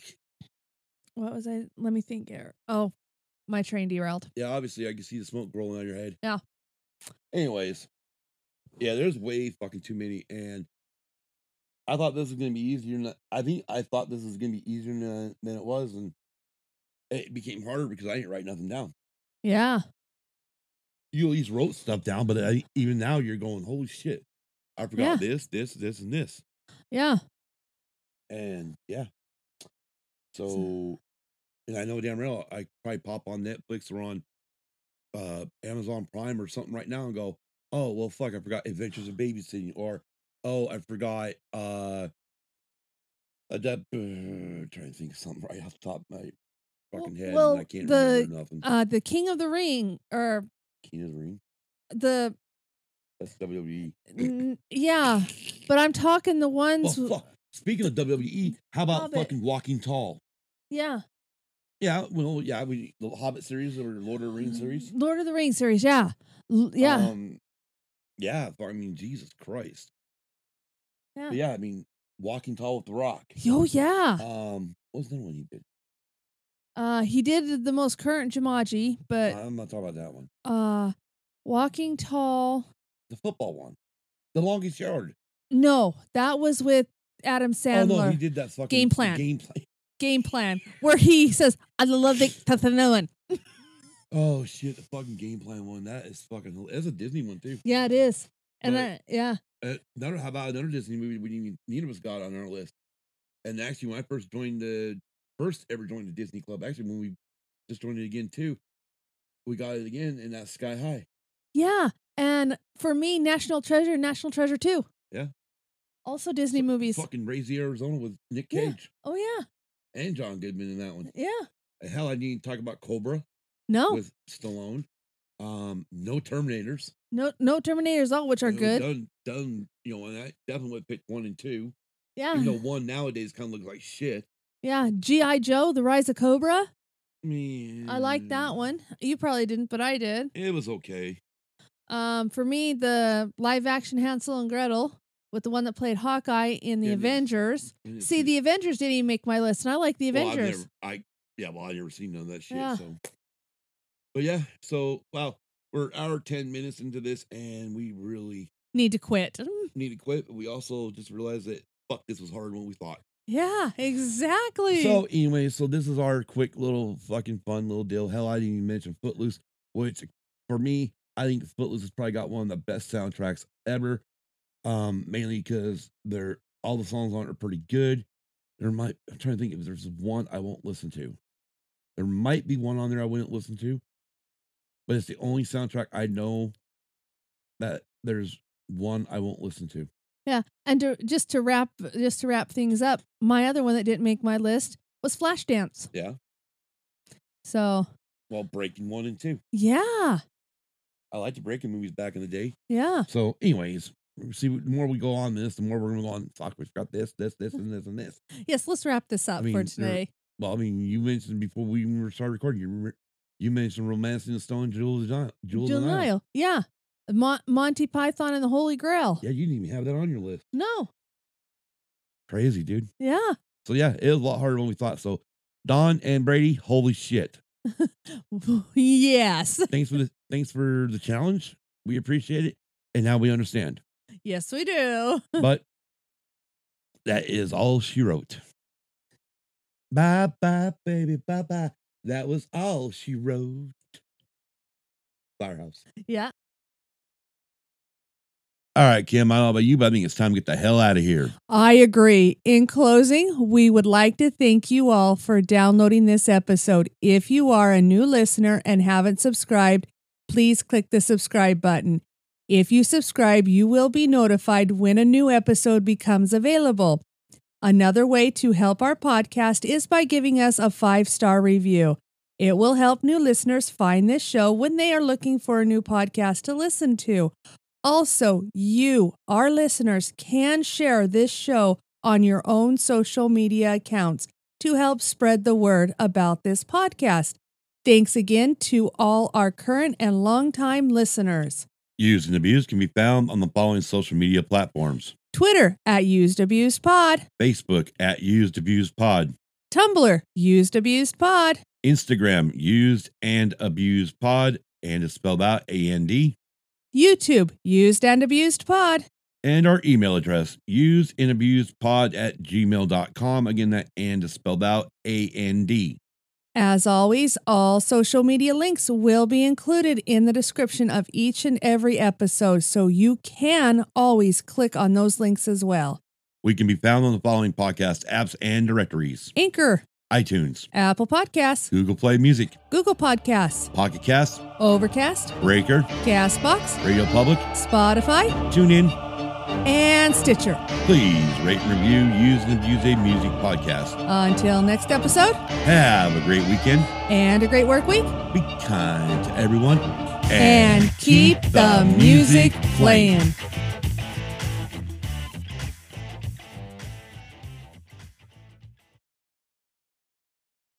Speaker 2: what was I? Let me think here. Oh, my train derailed.
Speaker 1: Yeah, obviously I can see the smoke rolling out of your head.
Speaker 2: Yeah.
Speaker 1: Anyways, yeah, there's way fucking too many, and I thought this was gonna be easier. Than, I think I thought this was gonna be easier than, than it was, and it became harder because I didn't write nothing down.
Speaker 2: Yeah,
Speaker 1: You at least wrote stuff down, but I, even now you're going, holy shit, I forgot this, this, this, and this,
Speaker 2: yeah,
Speaker 1: and yeah. So, and I know damn well I probably pop on Netflix or on uh, Amazon Prime or something right now and go, oh well, fuck, I forgot Adventures in Babysitting, or oh, I forgot uh, adapt- uh trying to think of something right off the top of my
Speaker 2: Well-
Speaker 1: fucking head,
Speaker 2: well,
Speaker 1: and I can't remember nothing.
Speaker 2: uh, the King of the Ring or
Speaker 1: King of the Ring,
Speaker 2: the
Speaker 1: that's WWE.
Speaker 2: n- yeah, but I'm talking the
Speaker 1: Well,
Speaker 2: ones. w-
Speaker 1: fuck. Speaking of WWE, how about
Speaker 2: Hobbit.
Speaker 1: fucking Walking Tall?
Speaker 2: yeah,
Speaker 1: Yeah, well, yeah, we the Hobbit series or Lord of the Rings series.
Speaker 2: Lord of the Rings series. Yeah, L- yeah,
Speaker 1: Um, yeah. but I mean, Jesus Christ.
Speaker 2: Yeah.
Speaker 1: But yeah. I mean, Walking Tall with the Rock.
Speaker 2: yo, yeah.
Speaker 1: Um, what was the other one he did?
Speaker 2: Uh, he did the most current Jumanji, but
Speaker 1: I'm not talking about that one.
Speaker 2: uh, Walking Tall.
Speaker 1: The football one. The longest yard.
Speaker 2: No, that was with Adam Sandler.
Speaker 1: Oh no, he did that fucking
Speaker 2: Game Plan.
Speaker 1: Game plan.
Speaker 2: game plan where he says, "I love the Tathanilin."
Speaker 1: Oh shit, the fucking game plan one. That is fucking. hil- That's a Disney one too.
Speaker 2: Yeah, it is. And
Speaker 1: Right.
Speaker 2: I- yeah,
Speaker 1: Uh, another, how about another Disney movie we didn't even, neither of us got on our list? And actually, when I first joined the first ever joined the Disney Club, actually when we just joined it again too, we got it again, and that's Sky High.
Speaker 2: yeah. And for me, National Treasure, National Treasure Two.
Speaker 1: Yeah.
Speaker 2: Also Disney
Speaker 1: Fu-
Speaker 2: movies.
Speaker 1: Fucking Raise the Arizona with Nick
Speaker 2: Yeah.
Speaker 1: Cage
Speaker 2: Oh yeah,
Speaker 1: and John Goodman in that one.
Speaker 2: yeah.
Speaker 1: Uh, Hell, I didn't even talk about Cobra
Speaker 2: No,
Speaker 1: with Stallone. Um, no Terminators.
Speaker 2: no, no Terminators all, which are
Speaker 1: You know,
Speaker 2: good.
Speaker 1: Done, done. You know, and I definitely would pick one and two.
Speaker 2: Yeah,
Speaker 1: Even though one nowadays kind of looks like shit.
Speaker 2: yeah. GI Joe, The Rise of Cobra.
Speaker 1: I mean,
Speaker 2: I like
Speaker 1: Mm.
Speaker 2: that one. You probably didn't, but I did.
Speaker 1: It was okay.
Speaker 2: Um, for me, the live action Hansel and Gretel with the one that played Hawkeye in the
Speaker 1: Yeah, it is.
Speaker 2: Avengers.
Speaker 1: I didn't
Speaker 2: See, the Avengers didn't even make my list, and I like the
Speaker 1: Well,
Speaker 2: Avengers.
Speaker 1: I've never- I yeah, well, I never seen none of that shit.
Speaker 2: Yeah.
Speaker 1: So, but yeah, so wow, we're an hour ten minutes into this, and we really
Speaker 2: Need to quit. Mm,
Speaker 1: need to quit. But we also just realized that fuck, this was harder than we thought.
Speaker 2: Yeah, exactly.
Speaker 1: So anyway, so this is our quick little fucking fun little deal. Hell, I didn't even mention Footloose, which for me, I think Footloose has probably got one of the best soundtracks ever. Um, mainly because they're all the songs on it are pretty good. There might I'm trying to think if there's one I won't listen to. There might be one on there I wouldn't listen to, but it's the only soundtrack I know that there's one I won't listen to.
Speaker 2: And to, just to wrap just to wrap things up, my other one that didn't make my list was Flashdance.
Speaker 1: Yeah.
Speaker 2: So
Speaker 1: Well, Breaking One and Two.
Speaker 2: yeah,
Speaker 1: I liked the Breaking movies back in the day.
Speaker 2: yeah,
Speaker 1: So, anyways, see, the more we go on this, the more we're going to go on. Fuck, we forgot this, this, this, and this, and this.
Speaker 2: yes. Let's wrap this up
Speaker 1: mean,
Speaker 2: for
Speaker 1: there-
Speaker 2: today.
Speaker 1: Well, I mean, you mentioned before we even started recording, you remember, you mentioned Romancing the Stone, Jewel of the Nile. Jewel of the Nile.
Speaker 2: Denial. Yeah, Mon- Monty Python and the Holy Grail.
Speaker 1: Yeah, you didn't even have that on your list.
Speaker 2: No.
Speaker 1: Crazy, dude.
Speaker 2: Yeah.
Speaker 1: So, yeah, it was a lot harder than we thought. So, Don and Brady, holy shit.
Speaker 2: yes.
Speaker 1: Thanks for the thanks for the challenge. We appreciate it. And now we understand.
Speaker 2: Yes, we do.
Speaker 1: but that is all she wrote. Bye bye, baby. Bye bye. That was all she wrote. Firehouse.
Speaker 2: Yeah.
Speaker 1: All right, Kim, I don't know about you, but I think it's time to get the hell out of here.
Speaker 2: I agree. In closing, we would like to thank you all for downloading this episode. If you are a new listener and haven't subscribed, please click the subscribe button. If you subscribe, you will be notified when a new episode becomes available. Another way to help our podcast is by giving us a five star review. It will help new listeners find this show when they are looking for a new podcast to listen to. Also, you, our listeners, can share this show on your own social media accounts to help spread the word about this podcast. Thanks again to all our current and longtime listeners.
Speaker 1: Used and abused can be found on the following social media platforms
Speaker 2: Twitter at Used Abused Pod,
Speaker 1: Facebook at Used Abused Pod,
Speaker 2: Tumblr, Used Abused Pod,
Speaker 1: Instagram Used and Abused Pod, and is spelled out A N D,
Speaker 2: YouTube, Used and Abused Pod.
Speaker 1: and our email address used and abused pod at gmail.com. Again, that and is spelled out A N D.
Speaker 2: As always, all social media links will be included in the description of each and every episode, so you can always click on those links as well.
Speaker 1: We can be found on the following podcast apps and directories
Speaker 2: Anchor,
Speaker 1: iTunes,
Speaker 2: Apple Podcasts,
Speaker 1: Google Play Music,
Speaker 2: Google Podcasts,
Speaker 1: Pocket Cast,
Speaker 2: Overcast,
Speaker 1: Breaker,
Speaker 2: Castbox,
Speaker 1: Radio Public,
Speaker 2: Spotify,
Speaker 1: TuneIn.
Speaker 2: and Stitcher.
Speaker 1: Please rate and review Use and Abuse a Music Podcast.
Speaker 2: Until next episode,
Speaker 1: Have a great weekend.
Speaker 2: and a great work week,
Speaker 1: Be kind to everyone.
Speaker 2: and keep the music playing.